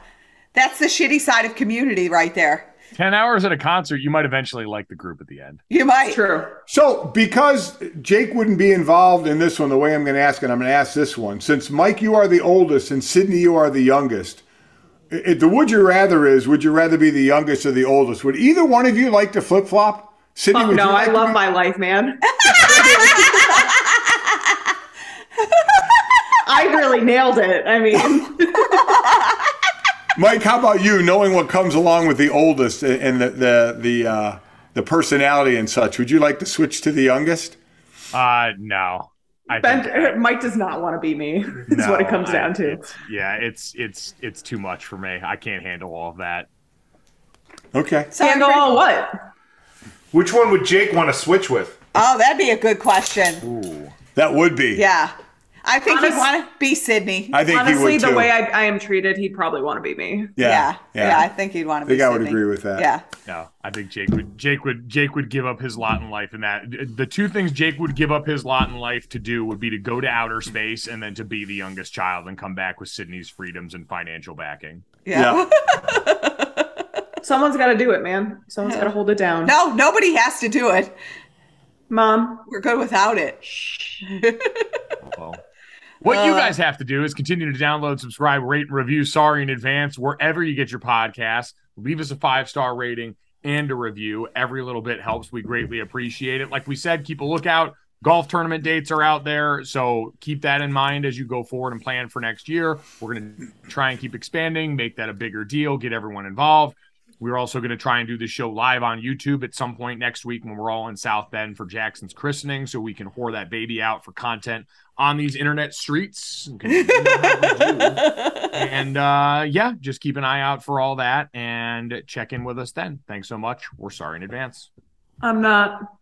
Speaker 6: That's the shitty side of community right there.
Speaker 3: Ten hours at a concert, you might eventually like the group at the end.
Speaker 6: You might.
Speaker 1: True.
Speaker 5: So, because Jake wouldn't be involved in this one, the way I'm going to ask it, I'm going to ask this one. Since Mike, you are the oldest, and Sydney, you are the youngest. i- i- the would you rather is would you rather be the youngest or the oldest? Would either one of you like to flip flop? Sydney,
Speaker 1: Fuck
Speaker 5: would
Speaker 1: Oh, no,
Speaker 5: you like
Speaker 1: I
Speaker 5: to
Speaker 1: love
Speaker 5: be-
Speaker 1: my life, man. I really nailed it. I (laughs)
Speaker 6: (laughs)
Speaker 1: mean,
Speaker 5: Mike. How about you? Knowing what comes along with the oldest a- and the the the uh, the personality and such, would you like to switch to the youngest?
Speaker 3: Uh no. I think that-
Speaker 1: ben, Mike does not want to be (laughs) me. Is
Speaker 3: no,
Speaker 1: what it comes
Speaker 3: I-
Speaker 1: down to.
Speaker 3: it's- yeah, it's it's it's too much for me. I can't handle all of that.
Speaker 5: Okay.
Speaker 6: So
Speaker 1: Handle
Speaker 6: you're-
Speaker 1: all what?
Speaker 7: Which one would Jake want to switch with?
Speaker 6: Oh, that'd be a good question.
Speaker 5: That would be.
Speaker 6: Yeah. I think
Speaker 1: Honest-
Speaker 6: you'd want to be Sydney.
Speaker 5: I think he
Speaker 1: Honestly,
Speaker 5: would
Speaker 1: the
Speaker 5: too.
Speaker 1: way I, I am treated, he'd probably want to be me.
Speaker 6: yeah.
Speaker 5: Yeah.
Speaker 6: Yeah. I think you'd want to
Speaker 5: I
Speaker 6: be
Speaker 5: think I would
Speaker 6: Sydney.
Speaker 5: agree with that.
Speaker 6: Yeah.
Speaker 3: No, I think Jake would Jake would Jake would give up his lot in life and that the two things Jake would give up his lot in life to do would be to go to outer space and then to be the youngest child and come back with Sydney's freedoms and financial backing.
Speaker 6: Yeah.
Speaker 5: Yeah.
Speaker 1: Someone's got to do it, man. Someone's got to hold it down.
Speaker 6: (laughs) No, nobody has to do it.
Speaker 1: Mom,
Speaker 6: We're good without it. (laughs)
Speaker 3: Well, what you guys have to do is continue to download, subscribe, rate, and review. Sorry in advance, wherever you get your podcast. Leave us a five star rating and a review. Every little bit helps. We greatly appreciate it. Like we said, keep a lookout. Golf tournament dates are out there. So keep that in mind as you go forward and plan for next year. We're going to try and keep expanding, make that a bigger deal, get everyone involved. We're also going to try and do the show live on YouTube at some point next week when we're all in South Bend for Jackson's christening, so we can whore that baby out for content on these internet streets. Okay, you know how we do. (laughs) and uh, yeah, just keep an eye out for all that and check in with us then. Thanks so much. We're sorry in advance.
Speaker 1: I'm not.